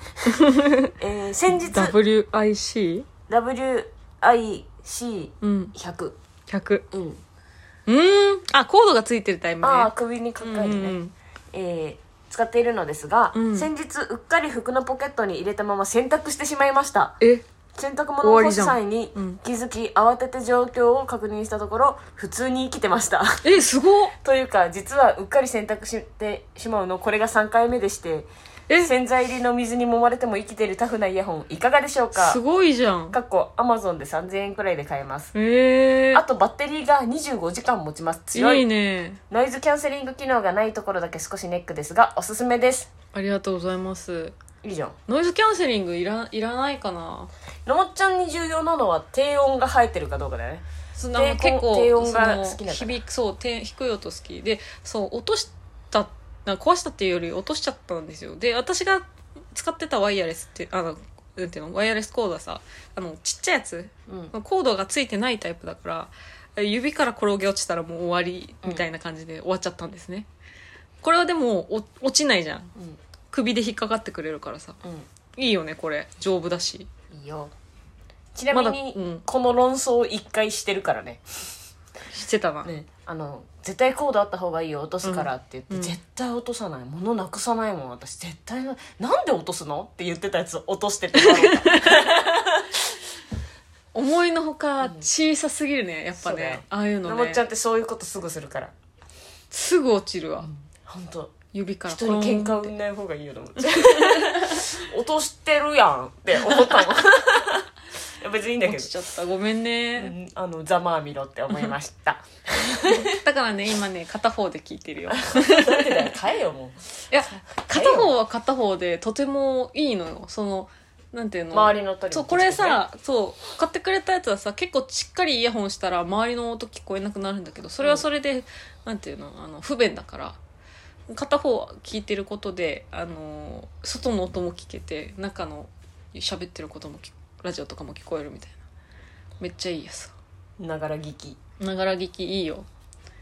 えー先日 WIC? WIC100 うん。100。うん、うーん。あ、コードがついてるタイプね。ああ首にかかうるね、んうんえー使っているのですが、うん先日うっかり服のポケットに入れたまま洗濯してしまいましたえ洗濯物を干す際に終わりじゃんうん気づき慌てて状況を確認したところ普通に生きてました え、すごっというか実はうっかり洗濯してしまうのこれが3回目でしてえ、す洗剤入りの水に揉まれても生きてるタフなイヤホンいかがでしょうかごいじゃん。かっこアマゾンで3000円くらいで買えますええあとバッテリーが25時間持ちます強いいいね。ノイズキャンセリング機能がないところだけ少しネックですがおすすめですありがとうございます。いいじゃんノイズキャンセリングいらいらないかな。ロモちゃんに重要なのは低音が入ってるかどうかだよねそのあの低結音構低音が好きなんそのだ響くそう低低い音好きでそう落としたな壊したっていうより落としちゃったんですよで私が使ってたワイヤレスってあのなんていうのワイヤレスコードはさあのちっちゃいやつうんコードがついてないタイプだから指から転げ落ちたらもう終わりみたいな感じで終わっちゃったんですね、これはでもお落ちないじゃんうん首で引っかかってくれるからさういいよねこれ丈夫だしんいいよちなみに、まだうんこの論争を一回してるからねしてたな、ねあの絶対コードあった方がいいよ落とすからって言って、うん絶対落とさない物なくさないもん私絶対ななんで落とすのって言ってたやつ落としてて思いのほか小さすぎるねやっぱそうだよねああいうののもねっちゃんってそういうことすぐするからすぐ落ちるわ、本当指から人に喧嘩売っんない方がいいよと思って 落としてるやんって思ったもんい や別にいいんだてけ落どちちゃったごめんうね、んあのざまあみろって思いましただからね今ね片方で聞いてるよ なんでだよ買えよもいや片方は片方でとてもいいのよそのなんていううの 周りの鳥そうこれさそう買ってくれたやつはさ結構しっかりイヤホンしたら周りの音聞こえなくなるんだけどそれはそれで、なんていうのあの不便だから片方は聞いてることであの外の音も聞けて中の喋ってることも聞ラジオとかも聞こえるみたいなめっちゃいいやつながら聞きながら聞きいいよ、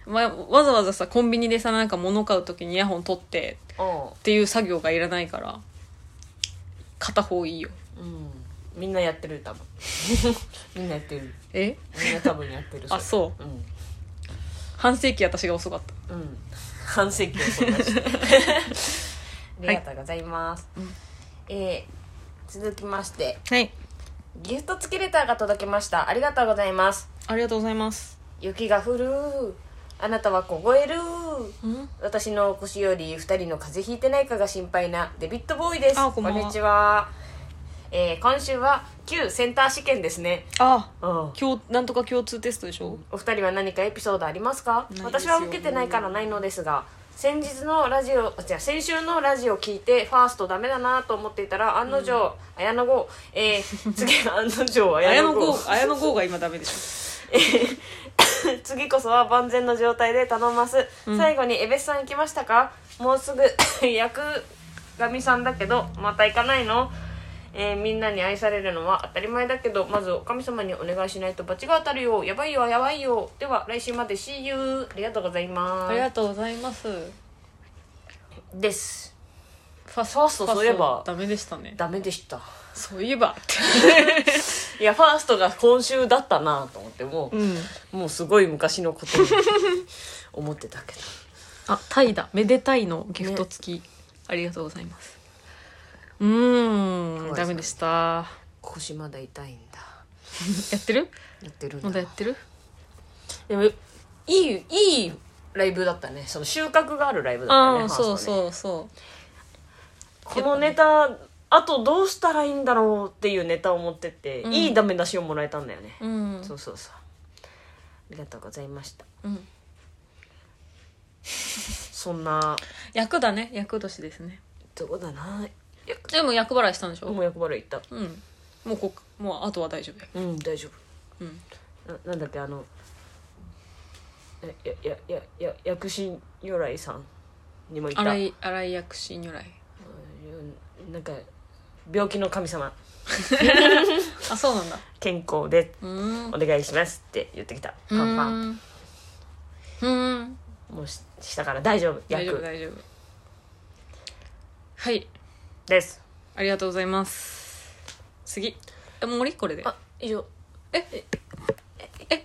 ま、わざわざさコンビニでさなんか物買う時にイヤホン取ってうっていう作業がいらないから片方いいよん、うん、みんなやってる多 分みんなやってるえみんな多分やってるあそうううん半世紀私が遅かったうん半世紀をそんなして ありがとうございます、えー続きましてはい。ギフト付きレターが届きましたありがとうございますありがとうございます。雪が降るあなたは凍えるうん。私の腰より二人の風邪ひいてないかが心配なデビッドボーイですあこんばんはにちは、えー今週は旧センター試験ですねあ、うん共なんとか共通テストでしょ。お二人は何かエピソードありますかないですよ私は受けてないからないのですが先日のラジオあ違う先週のラジオ聞いてファーストダメだなと思っていたら案の定、綾野剛えー、次案の 定綾綾野野剛 剛、綾野剛が今ダメでし次こそは万全の状態で頼ます、最後にエベスさん行きましたかもうすぐ 役神さんだけどまた行かないのえーみんなに愛されるのは当たり前だけどまずお神様にお願いしないと罰が当たるよやばいよやばいよでは来週まで See you ありがとうございょ。まありがすとうございます。フですァファーストそういえばファーストダメでしたね。ダメでしたそういえばって。 いやファーストが今週だったなと思ってもう、ん。もうすごい昔のことに思ってたけどあ、タイだ。めでたいのギフト付き。ありがとうございます。うー、そうんですダメでした。 腰まだ痛いんだやってるやってるんだまだやってるでもいいいいライブだったねその収穫があるライブだったねフああ、ァーストそねうそうそこのネタあとどうしたらいいんだろうっていうネタを持ってって、うんいいダメ出しをもらえたんだよね、う。うん。そうそうそうありがとうございましたうん。そんな役だね。役年ですね。どこだなでも厄払いしたんでしょもう役払い行ったうん。もうこ、もうあとは大丈夫。うん大丈うん。夫ななんだっけあのややややや薬師如来さんにもいた荒い、荒い薬師如来。うんなんか病気の神様あ、そうなんだ。健康でうーん。お願いしますって言ってきたパンパンン。うーん。もうししたから大丈夫大丈夫、役大丈夫。はい。ですありがとうございます。次。え、もう俺これで。あ以上え、え、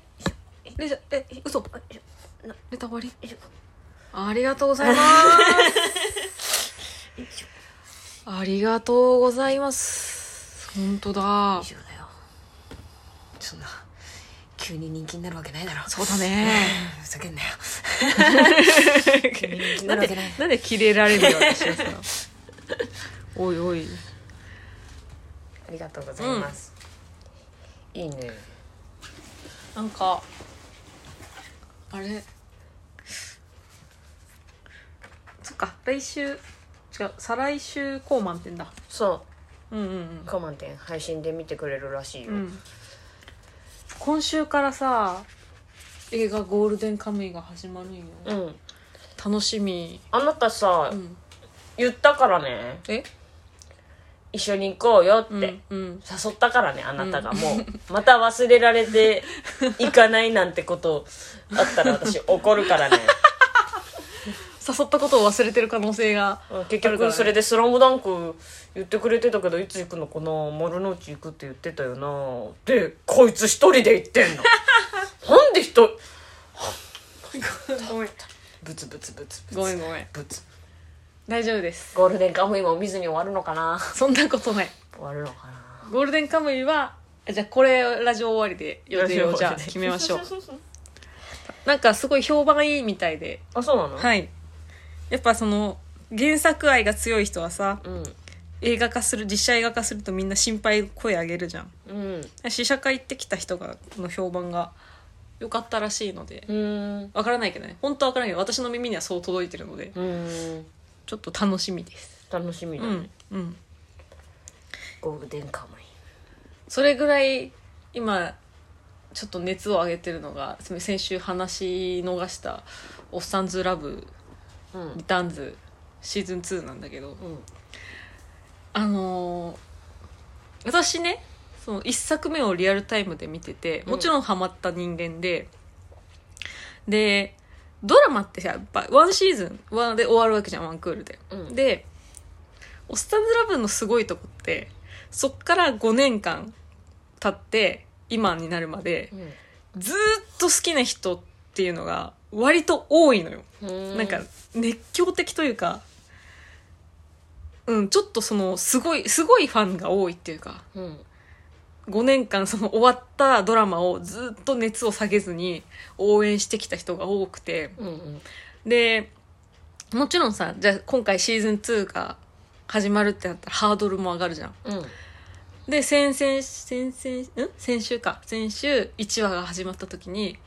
レジャー、え、嘘。レタ終わりありがとうございます。ありがとうございます。本当だ以。上だよそんな急に人気になるわけないだろそうだね。ふざけんなよななんんでで、なんでキレられるよ、私はさ。おいおい。 ありがとうございます、いいねなんか、あれ。そっか、来週、違う、再来週、こう満点だ。そうんうんうカマンテン配信で見てくれるらしいよ、うん。うん。今週からさ、映画ゴールデンカムイが始まるんよ。うん楽しみ。あなたさ、うん。言ったからねえ一緒に行こうよって、うん。うん。誘ったからねあなたがもう、また忘れられて行かないなんてことあったら私怒るからね 誘ったことを忘れてる可能性が。うん結局それで「スラムダンク言ってくれてたけどいつ行くのかな丸の内行くって言ってたよなでこいつ一人で行って んのなんで人ごめん。ブツブツブツブツごめんごめん。ブツ大丈夫です。ゴールデンカムイも見ずに終わるのかなそんなことない。終わるのかなゴールデンカムイは、あじゃあこれラジオ終わりで予定をじゃあ決めましょう。なんかすごい評判いいみたいで。 あそうなの、はい。やっぱその、原作愛が強い人はさ、うん映画化する、実写映画化するとみんな心配声上げるじゃん。うん試写会行ってきた人が、の評判が良かったらしいのでう、ーんわからないけどね。本当はわからないけど、私の耳にはそう届いてるので、うーんちょっと楽しみです。楽しみうだね、ん。うん。ゴールデンカムイそれぐらい今ちょっと熱を上げてるのがつまり先週話し逃した「おっさんずラブうんリターンズ」シーズン2なんだけうどんあのー私ねその1作目をリアルタイムで見ててもちろんハマった人間で、でドラマってやっぱワンシーズンワンで終わるわけじゃんワンクールで。うんで「オスタンズラブ」のすごいとこってそっから5年間経って今になるまでうんずーっと好きな人っていうのが割と多いのよ、ななんか熱狂的というかうんちょっとそのすごいすごいファンが多いっていうかうん5年間その終わったドラマをずっと熱を下げずに応援してきた人が多くて、うんうんでもちろんさじゃあ今回シーズン2が始まるってなったらハードルも上がるじゃんうんで先々先々ん先週か先週1話が始まった時に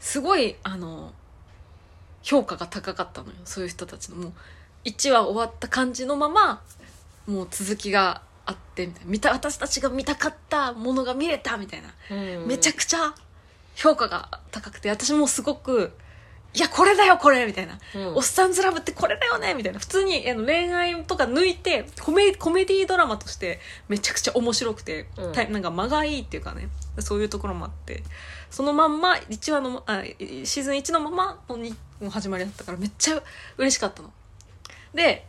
すごいあの評価が高かったのよそういう人たちのもう1話終わった感じのままもう続きがあってみたいな見た私たちが見たかったものが見れたみたいなうんめちゃくちゃ評価が高くて私もすごく「いやこれだよこれ!」みたいなうんおっさんずラブってこれだよねみたいな普通にあの恋愛とか抜いてコメコメディドラマとしてめちゃくちゃ面白くて、うんタイなんか間がいいっていうかねそういうところもあってそのまんま1話のあシーズン1のままのにの始まりだったからめっちゃ嬉しかったの。で、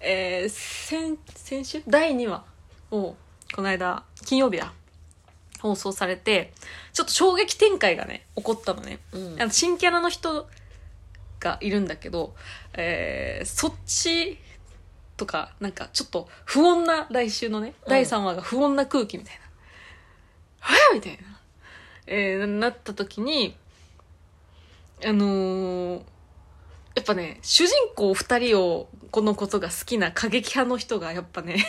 えー先先週第2話をこの間金曜日だ放送されてちょっと衝撃展開がね起こったのね。うんあの新キャラの人がいるんだけど、えーそっちとかなんかちょっと不穏な来週のね、うん第3話が不穏な空気みたいな「えみたいな、えーなった時にあのーやっぱね主人公2人をこのことが好きな過激派の人がやっぱね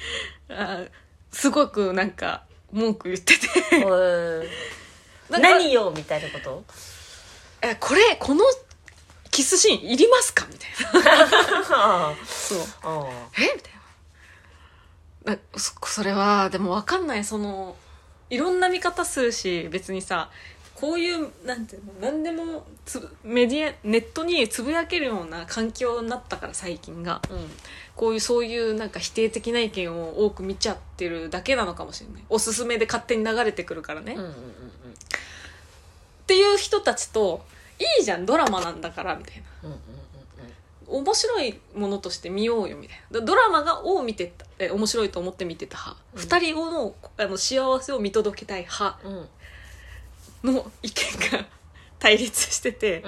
あーすごくなんか文句言 っててうんなんか何よみたいなことえこれこのキスシーンいりますかみたいな。そう。えみたいな。なそそれは、でもわかんない、その、いろんな見方するし、別にさ、こういう、なんていうの、なんでもつぶ、メディア、ネットにつぶやけるような環境になったから、最近が。こういう、そういうなんか否定的な意見を多く見ちゃってるだけなのかもしれない。おすすめで勝手に流れてくるからね。うんうんうんうっんていう人たちと、いいじゃん、ドラマなんだから、みたいうな。んうんうん面白いものとして見ようよみたいなだドラマがを見てたえ面白いと思って見てた派、うん二人のあの幸せを見届けたい派うんうんの意見が 対立してて、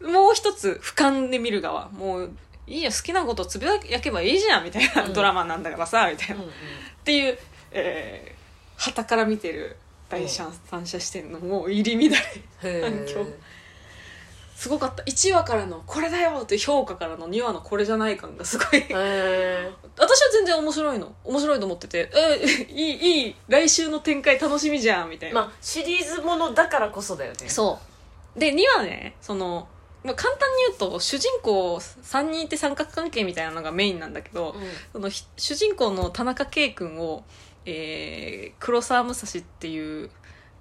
うんもう一つ俯瞰で見る側もういいよ好きなことつぶやけばいいじゃんみたいな、うんドラマなんだからさみたいな、うっんていうえー、旗から見てる第三三者視点のもう入り乱れへ環ー境すごかった1話からのこれだよっていう評価からの2話のこれじゃない感がすごいへー私は全然面白いの面白いと思ってて「えいいいい来週の展開楽しみじゃん」みたいな、まあシリーズものだからこそだよねそうで2はねその、まあ、簡単に言うと主人公3人いて三角関係みたいなのがメインなんだけど、うんそのひ主人公の田中圭君を、えー黒澤武蔵っていう、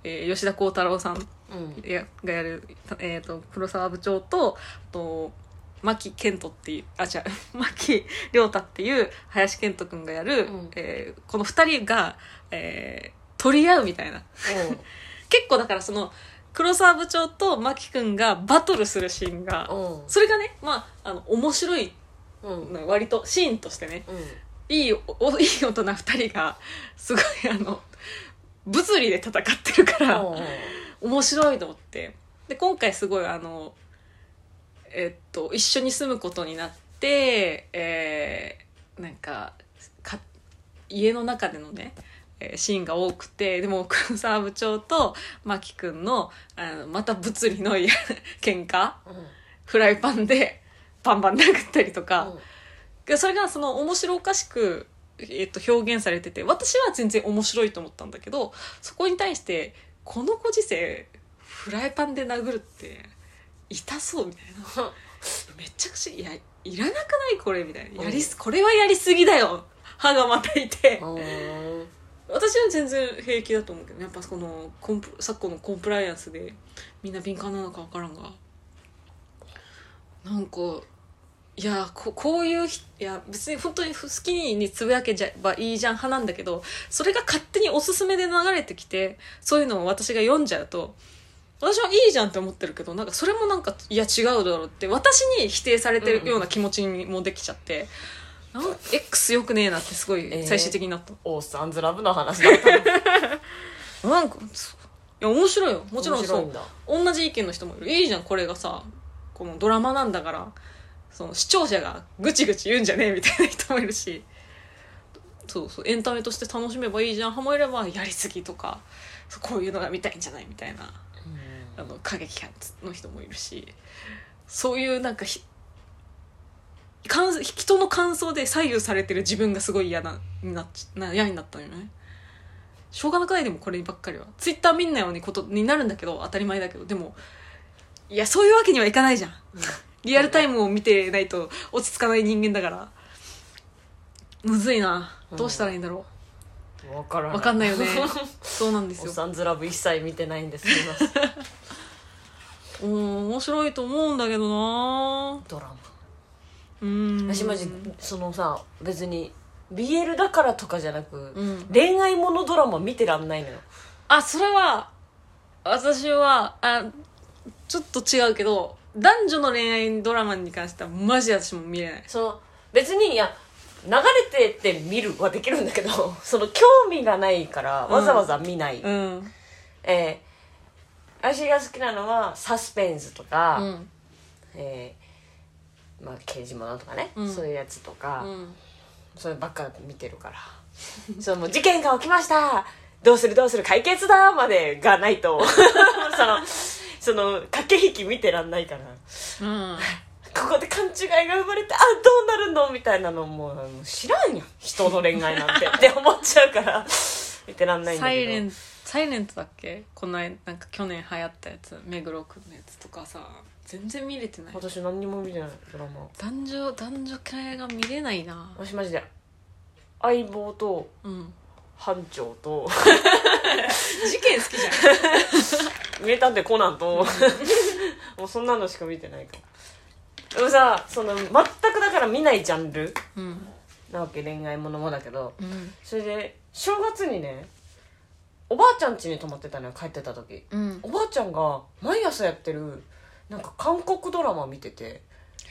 えー吉田鋼太郎さんうんやがやる、えー、と黒沢部長とあと牧健人っていうあ違う 牧亮太っていう林健人君がやる、うんえーこの2人が、えー取り合うみたいな結構だからその黒沢部長と牧君がバトルするシーンがうんうんそれがねまああの面白いうんの割とシーンとしてねうんいいおお いい大人2人がすごいあの物理で戦ってるから。面白いと思ってで今回すごいあのえっと一緒に住むことになってえーなんかか家の中でのねえーシーンが多くてでも黒沢部長と真くんのあのまた物理のいや喧嘩うんフライパンでバンバン殴ったりとか、うんでそれがその面白おかしく、えっと表現されてて私は全然面白いと思ったんだけどそこに対してこのご時世フライパンで殴るって痛そうみたいな めちゃくちゃいやいらなくないこれみたいなやりすこれはやりすぎだよ歯がまたいてうん私は全然平気だと思うけどやっぱこのコンプ昨今のコンプライアンスでみんな敏感なのか分からんがなんかいやここういうひいや別に本当に好きにつぶやけじゃばいいじゃん派なんだけどそれが勝手におすすめで流れてきてそういうのを私が読んじゃうと私はいいじゃんって思ってるけどなんかそれもなんかいや違うだろうって私に否定されてるような気持ちにもできちゃって、なん X よくねえなってすごい最終的になった。オーサンズラブの話だったのなんかそういや面白いよもちろん面白そいんうだ同じ意見の人もいるいいじゃんこれがさこのドラマなんだからその視聴者がぐちぐち言うんじゃねえみたいな人もいるしそうそうエンタメとして楽しめばいいじゃん派もいればやりすぎとかそうこういうのが見たいんじゃないみたいなあの過激派の人もいるしそういうなんかひ感人の感想で左右されてる自分がすごい嫌なになっちな嫌になったのよねしょうがなくないでもこればっかりはツイッター見んないようにことになるんだけど当たり前だけどでもいやそういうわけにはいかないじゃんリアルタイムを見てないと落ち着かない人間だからむずいなどうしたらいいんだろ分からないうわかんない よねそうなんですオーよサンズラブ一切見てないんですけどうん面白いと思うんだけどなドラマうん私マジそのさ別に BL だからとかじゃなく、うん恋愛ものドラマ見てらんないのよあそれは私はあちょっと違うけど男女の恋愛ドラマに関してはマジで私も見れないその別にいや流れてって見るはできるんだけど その興味がないからわざわざ見ない、うんえー私が好きなのはサスペンスとか、うんえーまあ、刑事ものとかね、うんそういうやつとか、うんそればっか見てるからそのもう事件が起きましたどうするどうする解決だまでがないと そのその駆け引き見てらんないからうんここで勘違いが生まれてあどうなるのみたいなのもうもう知らんやん人の恋愛 なんてって思っちゃうから見てらんないんだサイレけどンサイレントだっけこの間なんか去年流行ったやつ目黒くんのやつとかさ全然見れてない私何にも見てないドラマ男女男女系が見れないな私マジで相棒とうん班長と事件好きじゃん名探偵コナンともうそんなのしか見てないからでもさその全くだから見ないジャンルうんなわけ恋愛ものもだけどうんそれで正月にねおばあちゃん家に泊まってたのよ帰ってた時うんおばあちゃんが毎朝やってるなんか韓国ドラマ見てて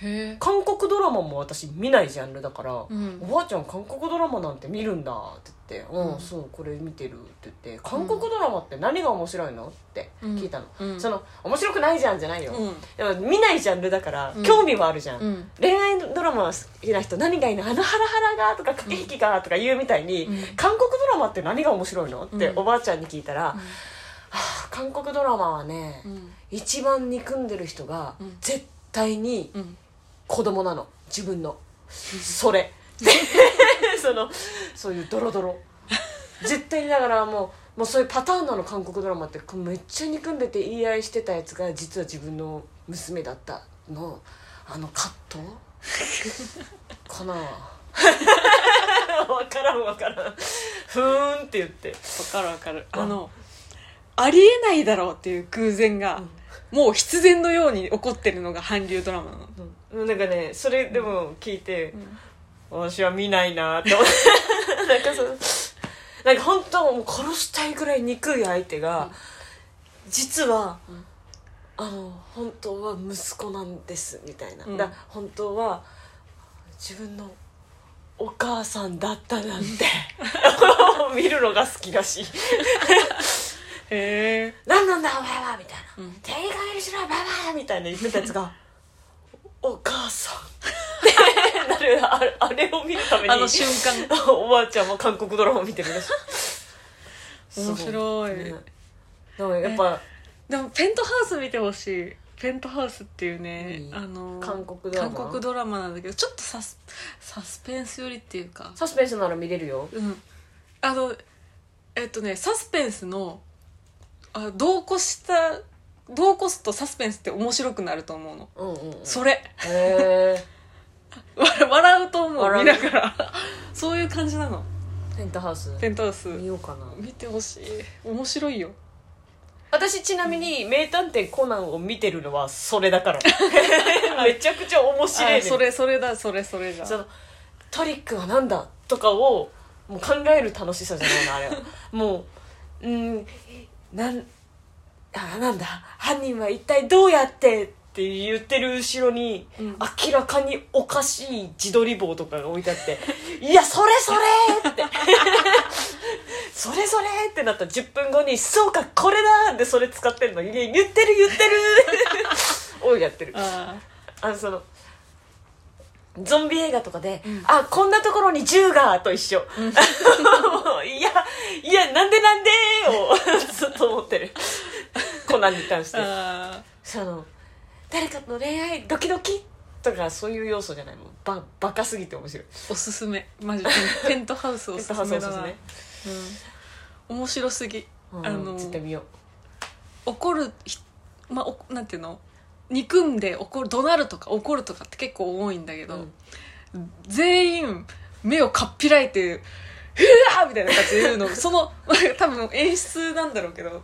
へえ韓国ドラマも私見ないジャンルだから、うんおばあちゃん韓国ドラマなんて見るんだって言って「うん、うんそうこれ見てる」って言って「韓国ドラマって何が面白いの?」って聞いたの、うんその「面白くないじゃん」じゃないよ、うんでも見ないジャンルだから、うん興味はあるじゃん、うん恋愛ドラマ好きな人何がいいのあのハラハラがとか駆け引きがとか言うみたいに、うん韓国ドラマって何が面白いのってうんおばあちゃんに聞いたら、はあ韓国ドラマはね、うん一番憎んでる人がうん絶対にうん子供なの自分のそれ そのそういうドロドロ絶対にだからもうもうそういうパターンなの韓国ドラマってこうめっちゃ憎んでて言い合いしてたやつが実は自分の娘だったのあのカットか なわからんわからんふーんって言ってわかるわかるあのありえないだろうっていう偶然が、もう必然のように起こってるのが韓流ドラマなのうんなんかねそれでも聞いて、ん私は見ないなって思って なんかそうなんか本当もう殺したいぐらい憎い相手が、実は、んあの本当は息子なんですみたいな、うんだから本当は自分のお母さんだったなんて 見るのが好きだしへえ何なんだお前はみたいな、うん手いい加減にしろババアみたいな言ってたやつ が「お母さん」って なるあれあれを見るためにあの瞬間おばあちゃんも韓国ドラマ見てるらしい 面白い、ねでもやっぱでもペントハウス見てほしいペントハウスっていうね、何あの韓国ドラマ韓国ドラマなんだけどちょっとサスサスペンス寄りっていうかサスペンスなら見れるようんあのえっとねサスペンスのあ同行した同行すとサスペンスって面白くなると思うの、うんうんうんそれへえわ 笑うと思う笑う見ながら そういう感じなのペントハウスペントハウス見ようかな見てほしい面白いよ私ちなみに「名探偵コナン」を見てるのはそれ だからめちゃくちゃ面白いねあそれそれだそれそれじゃそのトリックは何だとかをもう考える楽しさじゃないのあれは もううんなんあなんだ犯人は一体どうやってって言ってる後ろに、うん明らかにおかしい自撮り棒とかが置いてあって「いやそれそれ!」って それそれってなった10分後に「そうかこれだ!」でそれ使ってるの「いや言ってる言ってる! おい」をやってるああのそのゾンビ映画とかで「んあこんなところに銃が」と一緒、 いやいやなんでなんでを ずっと思って るコナンに関しーてあその誰かの恋愛ドキドキとかそういう要素じゃないもんばバカすぎて面白いーおすすめ マジでペントハウスおすすハウスめおすだすなめ、うん、面白すぎうんあの絶対見よう怒るひまあおなんていうの憎んで怒る怒鳴るとか怒るとかって結構多いんだけど、うん全員目をかっぴらいて「うわ!」みたいな感じで言うのその 多分演出なんだろうけど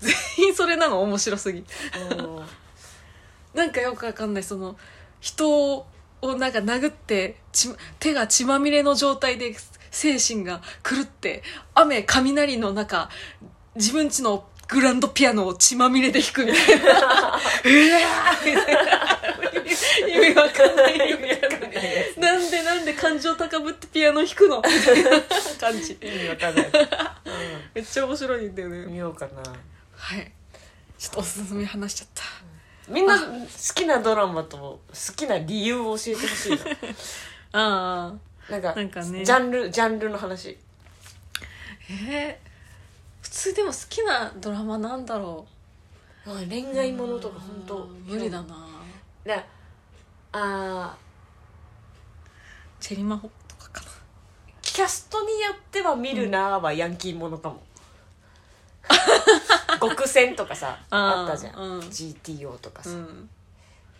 全員それなの面白すぎ うんなんかよくわかんないその人をなんか殴って血手が血まみれの状態で精神が狂って雨雷の中自分ちのグランドピアノを血まみれで弾くみ たいなうわーみたいな意味わか んないよなんでなんで感情高ぶってピアノ弾くのみたいな感じ意味わかんない、めっちゃ面白いんだようんね見ようかなはいちょっとおすすめ話しちゃったみんな好きなドラマと好きな理由を教えてほしいなああなんかなんかねジャンルジャンルの話えー普通でも好きなドラマなんだろ恋愛うものとか本当うん無理だなねあチェリマホとかかーキャストによっては見るなーはヤンキーもの かも極戦とかさなあったじゃんうん、 GTO とかうさん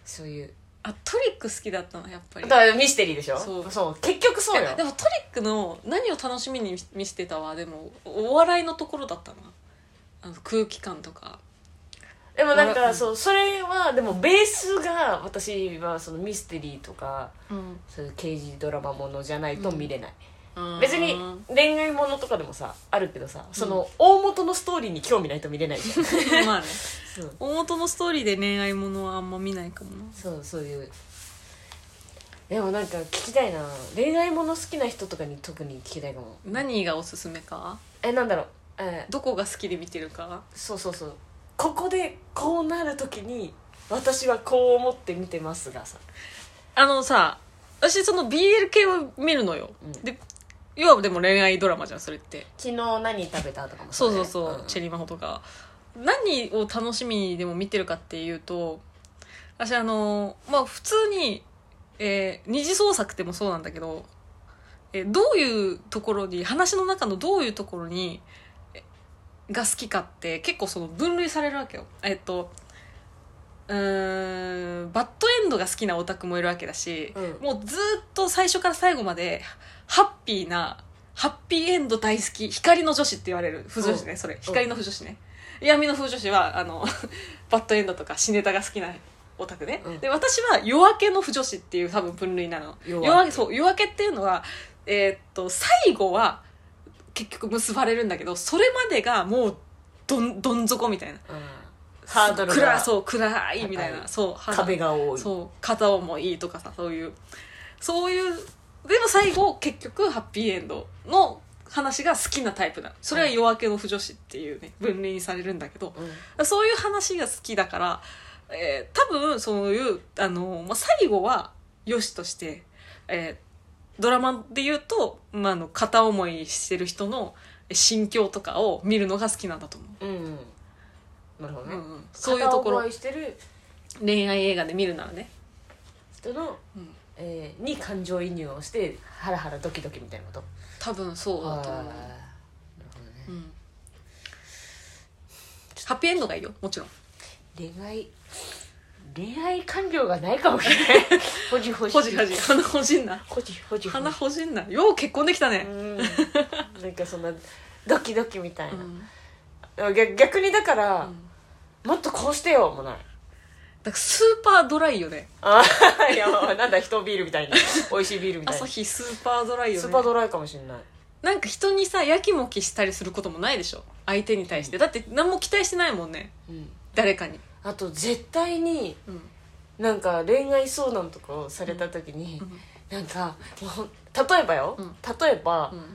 そういうあトリック好きだったのやっぱりだからミステリーでしょそう結局そうよでもトリックの何を楽しみに見せてたわでもお笑いのところだったなあの空気感とかでもなん笑うかそうそれはでもベースが私はそのミステリーとかうんそういう刑事ドラマものじゃないと見れない、別別に恋愛ものとかでもさあるけどさその大元のストーリーに興味ないと見れないじゃんまあね そう大元のストーリーで恋愛ものはあんま見ないかもなそうそういうでもなんか聞きたいな恋愛もの好きな人とかに特に聞きたいかも何がおすすめかえなんだろうえーどこが好きで見てるかそうそうそうここでこうなるときに私はこう思って見てますがさあのさ私その BL 系は見るのよ、うんで要はでも恋愛ドラマじゃんそれって昨日何食べたとかもそうだそようねそう、んチェリーマホとか何を楽しみにでも見てるかっていうと私あのまあ普通に、えー二次創作でもそうなんだけど、えーどういうところに話の中のどういうところにえが好きかって結構その分類されるわけよえっとうーんバッドエンドが好きなオタクもいるわけだし、うんもうずーっと最初から最後までハッピーなハッピーエンド大好き光の女子って言われる不女子ねそれ光の不女子ね闇の不女子はあの バッドエンドとか死ネタが好きなオタクね、うんで私は夜明けの不女子っていう多分分類なの夜夜明明けけそう夜明けっていうのはえーっと最後は結局結ばれるんだけどそれまでがもうどんどん底みたいなうんハードル暗がいそう暗いみたい高いなそうハードル壁が多いそう片思いとかさそういうそういうでも最後結局ハッピーエンドの話が好きなタイプなのそれは夜明けの不女子っていうね分類にされるんだけどうんそういう話が好きだから、えー多分そういうあの、まあ、最後は良しとして、えードラマで言うと、まあ、あの片思いしてる人の心境とかを見るのが好きなんだと思う。うんなるほどうね、んうん、そういうとこ片思ろいしてる恋愛映画で見るならね人の、うんえーに感情移入をしてハラハラドキドキみたいなこと多分そうだとあー思うなるほどねうんハッピーエンドがいいよもちろん恋愛恋愛感情がないかもしれない ほじほじほじほじ鼻ほじんなほじほじほじ鼻ほじんなよう結婚できたねう、んなんかそんなドキドキみたいなうん、でも逆逆にだから、んもっとこうしてよもないだからスーパードライよねああいやなんだ人ビールみたいに美味しいビールみたい朝な日スーパードライよねスーパードライかもしれないなんか人にさやきもきしたりすることもないでしょ相手に対してだって何も期待してないもんねうん誰かに、あと絶対にうんなんか恋愛相談とかをされた時に、んなんかもう例えばよ、うん例えばう、ん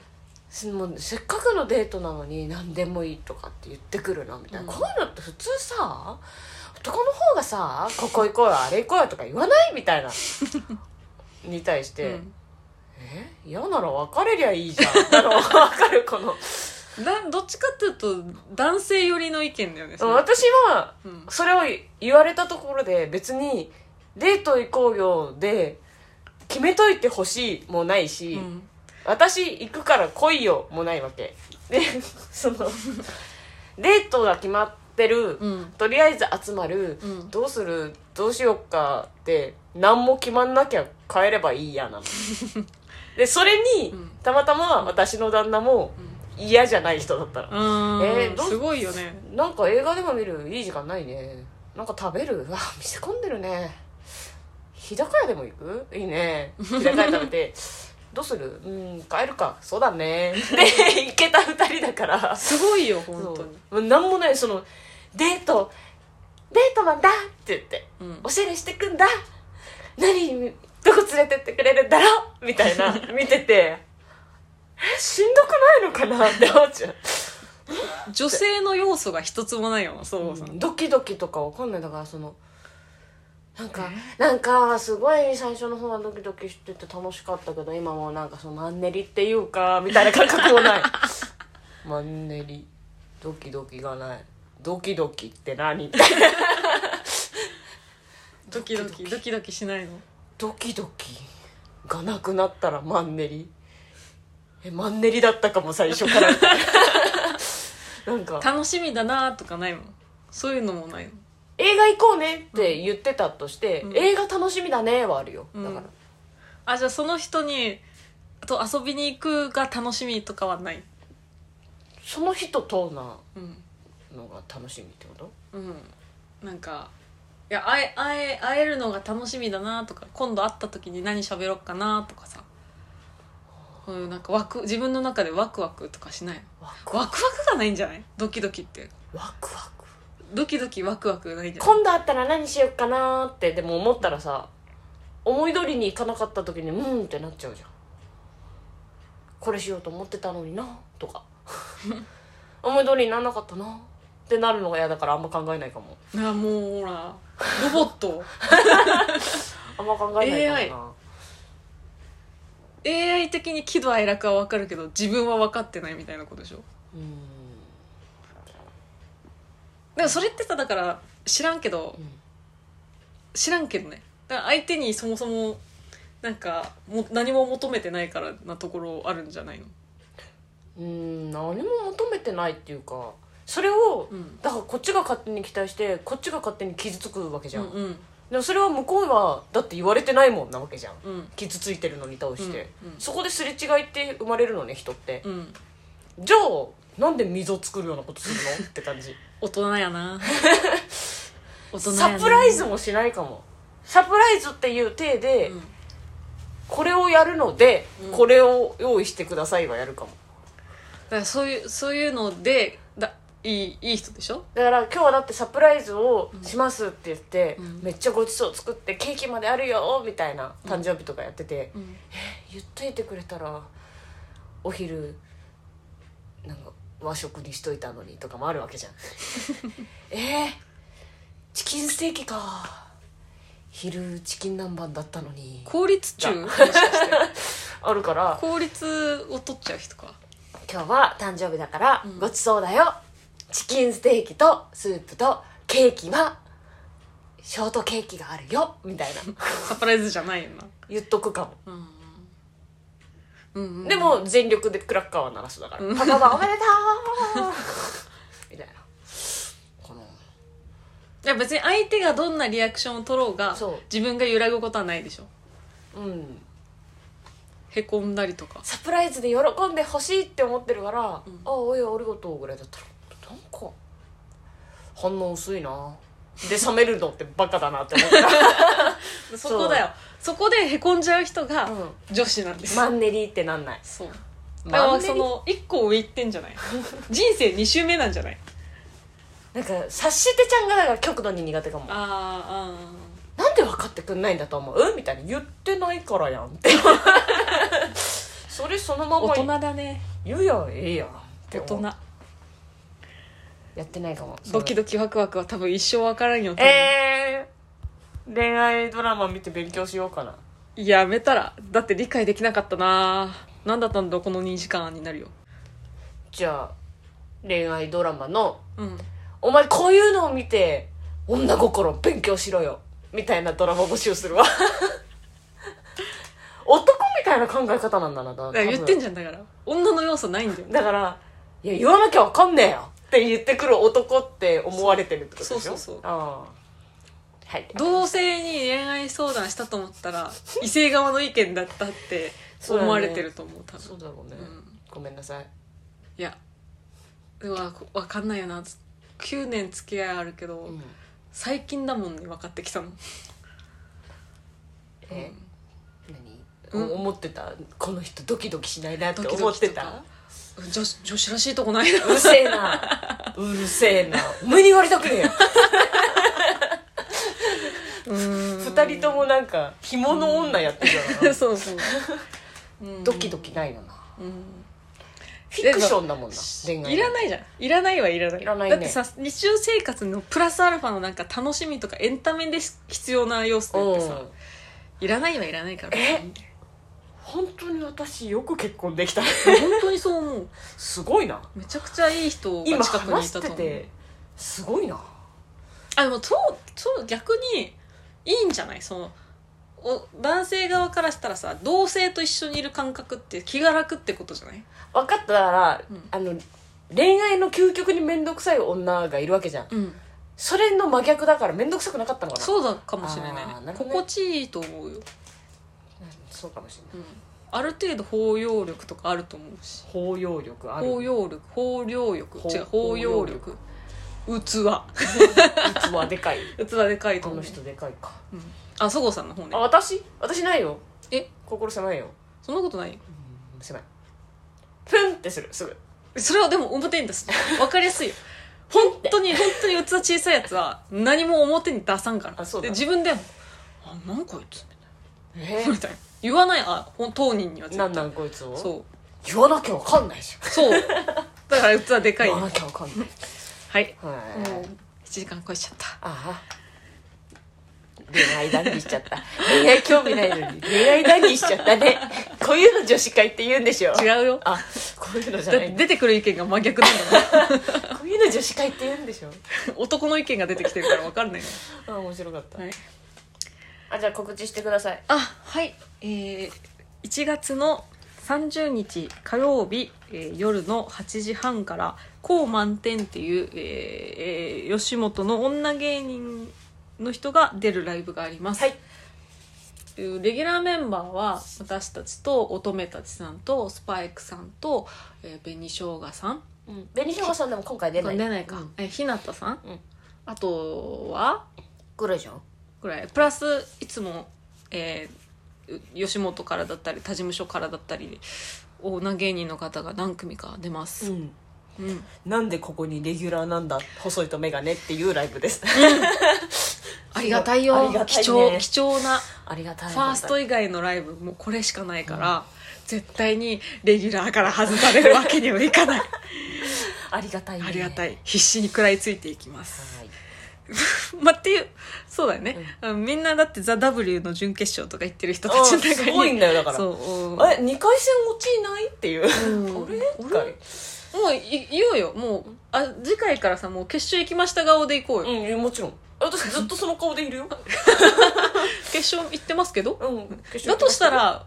すもうせっかくのデートなのに何でもいいとかって言ってくるなみたいな、うんこういうのって普通さ男の方がさここ行こうよあれ行こうよとか言わないみたいなに対して、え嫌なら別れりゃいいじゃん あのわかるこのうんだどっちかっていうと男性寄りの意見だよねそれ私はうんそれを言われたところで別にデート行こうよで決めといてほしいもないし、うん私行くから来いよもないわけ でそのデートが決まってる、うんとりあえず集まる、うんどうするどうしよっかって何も決まんなきゃ帰ればいいや なのでそれに、うんたまたま私の旦那も嫌じゃない人だったうら、んえーどうすごいよねなんか映画でも見るいい時間ないねなんか食べる うわ見せ込んでるね日高屋でも行くいいね日高屋食べてどうするうん帰るかそうだねで行けた2人だからすごいよそう本当にもう何もないそのデートデートなんだって言ってうんおしゃれしてくんだ何どこ連れてってくれるんだろうみたいな見ててえしんどくないのかなって思っちゃう女性の要素が一つもないよなそうそうそうドキドキとかわかんないだからそのなんかなんかすごい最初の方はドキドキしてて楽しかったけど今もうなんかそのマンネリっていうかみたいな感覚もない マンネリドキドキがないドキドキって何みたいなドキドキドキドキしないのドキドキがなくなったらマンネリえマンネリだったかも最初から なんか楽しみだなとかないもんそういうのもないの映画行こうねって言ってたとして、うん映画楽しみだねはあるよだから、うんあじゃあその人にと遊びに行くが楽しみとかはないその人となうんのが楽しみってことうんなんかいや会え会え会えるのが楽しみだなとか今度会った時に何喋ろうかなとかさこういうなんかワク自分の中でワクワクとかしないのワクワクワクがないんじゃないドキドキってワクワクドキドキワクワクないんじゃない今度会ったら何しようかなーってでも思ったらさ思い通りにいかなかった時にうんってなっちゃうじゃんこれしようと思ってたのになと か思い通りにならなかったなってなるのが嫌だからあんま考えないかもなあもうほらロボットあんま考えないかもな AI 的に喜怒哀楽は分かるけど自分は分かってないみたいなことでしょうーんでもそれってさだから知らんけど、うん知らんけどねだから相手にそもそもなんかも何も求めてないからなところあるんじゃないのうーん何も求めてないっていうかそれを、うんだからこっちが勝手に期待してこっちが勝手に傷つくわけじうゃん、んうんでもそれは向こうはだって言われてないもんなわけじゃんうん傷ついてるのに倒して、うんうんそこですれ違いって生まれるのね人ってう、んじゃあなんで溝作るようなことする のって感じ大人やな 大人やサなプライズもしないかもサプライズっていう体で、うんこれをやるので、うんこれを用意してくださいはやるかもだからそういうそういうのでだいいいい人でしょだから今日はだってサプライズをしますって言って、うんめっちゃごちそう作ってケーキまであるよみたいな誕生日とかやってて、うん言っといてくれたらお昼なんか和食にしといたのにとかもあるわけ じゃんえー、チキンステーキか昼チキン南蛮だったのに効率 中もしかしてあるから効率を取っちゃう人か今日は誕生日だからうんごちそうだよ、チキンステーキとスープとケーキはショートケーキがあるよみたい なサプライズじゃないよな言っとくかもうんうんうんでも全力でクラッカーは鳴らすだから「パパはおめでと う!」みたいなこのいや別に相手がどんなリアクションを取ろうがそう自分が揺らぐことはないでしょうんへこんだりとかサプライズで喜んでほしいって思ってるから「ああおいありがとう」ぐらいだったらなんか反応薄いなで冷めるのってバカだなって思った らそこだよそこでへこんじゃう人がうん女子なんです、マンネリってなんないそうだかマンらネそリの1個上行ってんじゃない 人生2周目なんじゃないなんか察してちゃんがだから極度に苦手かもあなんで分かってくんないんだと思うみたいな言ってないからやんって それそのまあ大人まだね言うやんええやんって大思う人やってないかもドキドキワクワクは多分一生わからんよ、多分えー、恋愛ドラマ見て勉強しようかなやめたらだって理解できなかったな何だったんだこの2時間になるよじゃあ恋愛ドラマのうん「お前こういうのを見て女心勉強しろよ」みたいなドラマ募集す るわ男みたいな考え方なんだなだだから言ってんじじゃんだから女の要素ないんだよゃだから「いや言わなきゃわかんねえよ」って言ってくる男って思われてるってことでしょそうそうそうあーはい同性に恋愛相談したと思ったら異性側の意見だったってそうだね思われてると思う多そ分うだろうね、うんごめんなさいいやうわ分かんないよな9年付き合いあるけど、うん最近だもんね分かってきたのえ、うん何、お思ってたこの人ドキドキしないなってドキ思ドっキてとたか女子女子らしいとこないなうるせえなうるせえなお前に言われたく ねえよ二人ともなんか干物女やってるからな そ うそう、うんドキドキないよなうんフィクションだもんな恋愛いらないじゃんいらないはいらないいらないねだってさ日常生活のプラスアルファのなんか楽しみとかエンタメで必要な要素うってんさいらないはいらないからえ本本当に私よく結婚できた当にそう思う すごいなめちゃくちゃいい人今が近くに話いしたてと思うてすごいなあでもそうそう逆にいいんじゃないそのお男性側からしたらさ同性と一緒にいる感覚って気が楽ってことじゃない分かっただから、うんあの恋愛の究極に面倒くさい女がいるわけじゃんうんそれの真逆だから面倒くさくなかったのかなそうだかもしれないあーなるほどね心地いいと思うよ、うんそうかもしれないうん、ある程度包容力とかあると思うし包容力ある包容力包容力包違う包容力器いつもはで かい器でかいとこ思のう人でかいかうんあそごうさんの方ねあ私私ないよえ心狭いよそんなことないようん狭いプンってするすぐそれはでも表に出す分かりやすいよ本当に本当に器小さいやつは何も表に出さんからあそうだで自分でも「あなんかあいつ」えみたいな言わないあほん当人には絶 な対んなんこいつをそう言わなきゃわかんないじゃそうだから器でかんい言わなきゃわかん ないはいはいもう7時間超えちゃったああ恋愛談義しちゃった恋愛興味ないのに恋愛談義しちゃったねこういうの女子会って言うんでしょ違うよあこういうのじゃだっなてい出てくる意見が真 逆なんだもこういうの女子会って言うんでしょん男の意見が出てきてるから分かんないよあ面白かった、はいあじゃあ告知してくださいあはいえー、1月の30日火曜日、えー夜の8時半から「こう満点」っていう、えーえー吉本の女芸人の人が出るライブがあります、はいえーレギュラーメンバーは私たちと乙女たちさんとスパイクさんと、えー、紅生姜さん紅しょうがさんでも今回出ない出ないか、えーひなたさん、うんあとはグレじゃんぐらいプラスいつも、えー吉本からだったり他事務所からだったり女芸人の方が何組か出ます、うんうんなんでここにレギュラーなんだ細いと眼鏡っていうライブですありがたいよありがたいね貴重貴重なありがたいファーストイ以外のライブもうこれしかないから、絶対にレギュラーから外されるわけにはいかない ありがたい、ね、ありがたいい必死に食らいついていきますはいまあっていうそうだよね、あみんなだって「ザ・ w の準決勝とか行ってる人たちの中にすごいんだよだからそううんえ二回戦落ちないっていううんあれってもうい言おうよもうあ次回からさもう決勝行きました顔で行こうよ、うんいやもちろん私ずっとその顔でいるよ決勝行ってますけどうん決勝行きますよだとしたら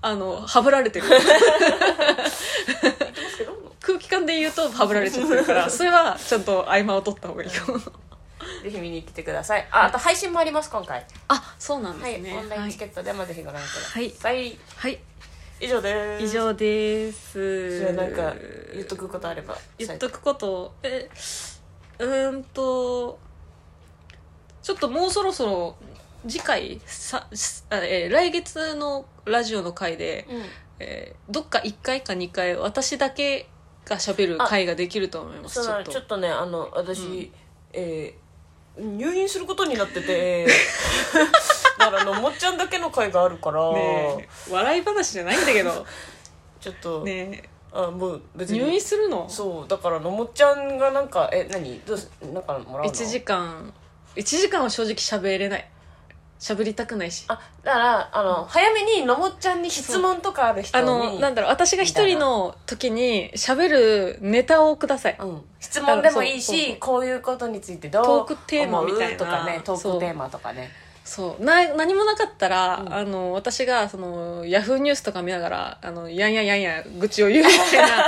あのはぶられてる行きますけど空気感で言うとはぶられちゃってる からそれはちゃんと合間を取った方がいいかもぜひ見に来てくださいああと配信もあります今回 あそうなんはでい、すねオンラインチケットでもぜひご覧ください、はい、はい、以上です以上ですじゃあなんか言っとくことあれば言っとくことえうーんとちょっともうそろそろ次回さあ、えー来月のラジオの回で、うんえーどっか1回か2回私だけが喋る回ができると思いますそうちなょのっとちょっとねあの私、うんえー入院することになってて だからあのもっちゃんだけの会があるから、ねえ笑い話じゃないんだけどちょっと、ねえあもう別に入院するのそうだからあのもっちゃんがなんかえ何どうすなんかもらうの1時間1時間は正直喋れない喋りたくないしあだからあの、早めにのもっちゃんに質問とかある人あにのなんだろう私が一人の時に喋るネタをくださいうん、質問でもいいそうそうそしうこういうことについてどうトークテーマみた思いなうとかねトーそクうテーマとかねそうな何もなかったら、うんあの私がそのヤフーニュースとか見ながらあのやんやんやんやん愚痴を言うみた いな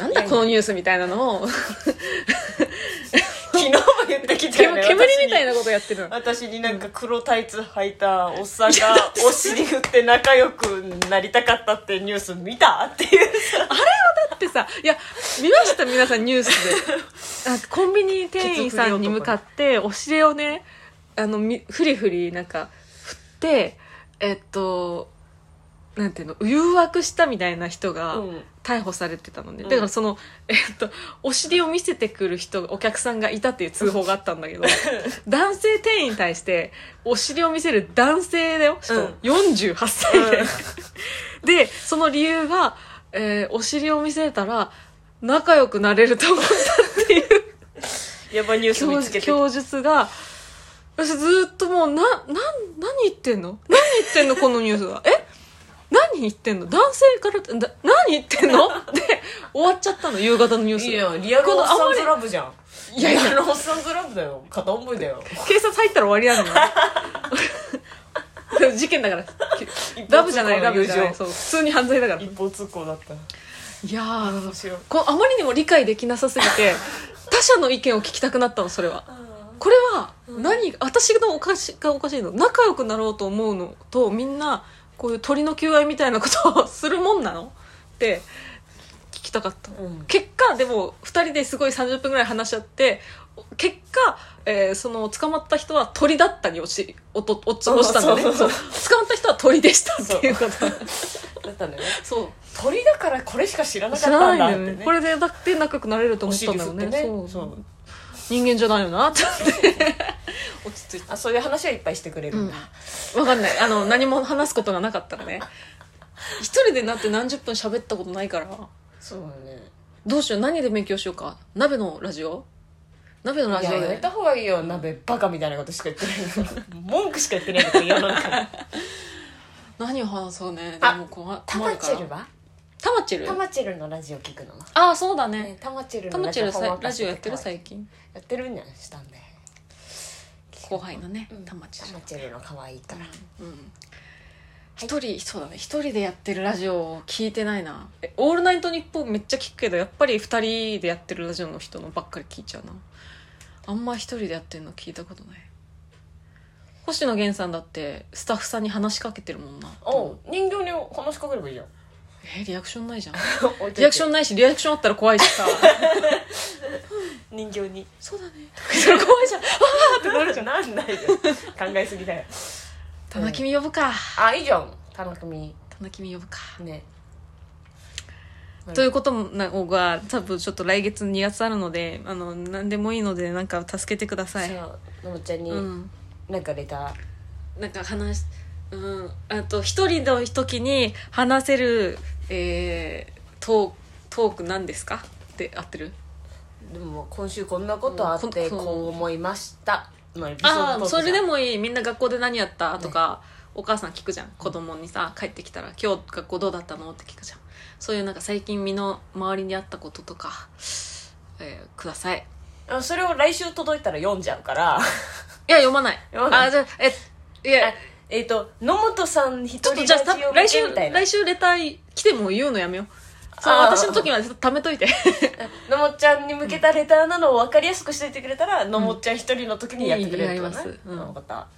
なんだこのニュースみたいなのを昨日も言ってきたよ、煙ね、煙みたいなことやってるの私に私になんか黒タイツ履いたおっさんがお尻振って仲良くなりたかったってニュース見たっていうってさいや見ました皆さんニュース であコンビニ店員さんに向かってお尻をねあのみふりふりなんか振ってえっとなんていうの誘惑したみたいな人 がうん逮捕されてたので、うんだからその、えっと、お尻を見せてくる人お客さんがいたっていう通報があったんだけど男性店員に対してお尻を見せる男性だよ人、うん48歳で、でその理由が、えーお尻を見せたら仲良くなれると思ったっていうやばいニュース供見つけてきた供述が私ずっともうなな何言ってんの何言ってんのこのニュースはえ何言ってんの男性からだ何言ってんのって終わっちゃったの夕方のニュースいやリアルこおのっさんあんまずりラブじゃんいやいやリアルおっさんずラブだよ片思いだよ警察入ったら終わ りなのよ事件だからラブじゃないラブじゃないそう普通に犯罪だからい一方通行だったやーどうしようこうあまりにも理解できなさすぎて多他者の意見を聞きたくなったのそれはこれは何、私のおかしがおかしいの仲良くなろうと思うのとみんなこういう鳥の求愛みたいなことをするもんなのって聞きたかった、うん結果でも2人ですごい30分ぐらい話し合って結果、えーその捕まった人は鳥だったに落ちおと落ち落ちたんだねそうそうそう捕まった人は鳥でしたっていう ことだったんだよねそう鳥だからこれしか知らなか知っらなたいんだっんだよてねねこれでだって仲良くなれると思ったんだよねお尻振ってねそうそう人間じゃないよなって 思って落ち着いあそういう話はいっぱいしてくれるんだ、たわかんないあの何も話すことがなかったらね一人でなって何十分喋ったことないからそうだねどうしよう何で勉強しようか鍋のラジオ鍋のラいジやオやめでた方がいいよ鍋バカみたいなことしか言ってない文句しか言ってないの世の中に何を話そうねであも困るタ困マるチェルからはタマチェルタマチェルのラジオ聞くのなああそうだねねタマチェルタのマラチジェオルさラジオやってる最最近やってるんじゃないしたんだよ後輩のねうんタマチェルタマチェルの可愛いからうん一、人そうだね一人でやってるラジオを聞いてないなえオールナイトニッポン」めっちゃ聞くけどやっぱり二人でやってるラジオの人のばっかり聞いちゃうなあんま一人でやってるの聞いたことない星野源さんだってスタッフさんに話しかけてるもんなおう人形に話しかければいいじゃんえリアクションないじゃんリリアアククシショョンンないしリアクションあったら怖いしさ人形に そうだね それ怖いじゃんなるじゃんなんないよ考えすぎだよ田中君呼ぶかあいいじゃん田中み田中君呼ぶかねはいということもなのが多分ちょっと来月2月あるのであの何でもいいのでなんか助けてくださいそうのもちゃんにうん、なんかレターなんか話しうんあと一人の時に話せる、えー、トートーク何ですかって合ってるでも今週こんなことあっうてんこんこう思いました、まあ、エピソードあトーあクじそゃんれでもいいみんな学校で何やったとか、お母さん聞くじゃん子供にさ帰ってきたら「今日学校どうだったの?」って聞くじゃんそういうなんか最近身の回りにあったこととか、えー、くださいあそれを来週届いたら読んじゃうからいや読まない読まないあじゃあえいやあ えっ、と野本さん一ちょ人っとじゃあラたジオ向け来週みたいな来週レター来ても言うのやめようそうあー私の時は貯めといて野本ちゃんに向けたレターなのを分かりやすくしていてくれたら、野本ちゃん一人の時にやってくれるってことやりねますうん分かった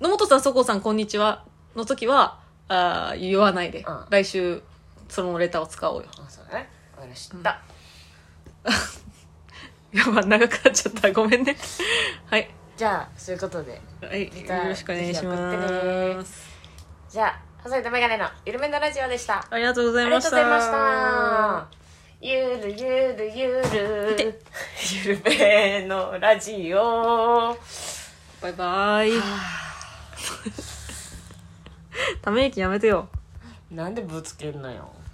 野本さんそこうさんこんにちはの時はあー言わないで、うん来週そのレターを使おうよ あそうだね分かりました、やば長くなっちゃったごめんね はい、じゃあそういうことではい、よじゃあろしくお願いしぜひ送ってまねすじゃあ細いとメガネのゆるめのラジオでしたありがとうござあいりがまとうしございまたしたゆるゆるゆるゆるめのラジオバイバイ ため息やめてよなんでぶつけんのよ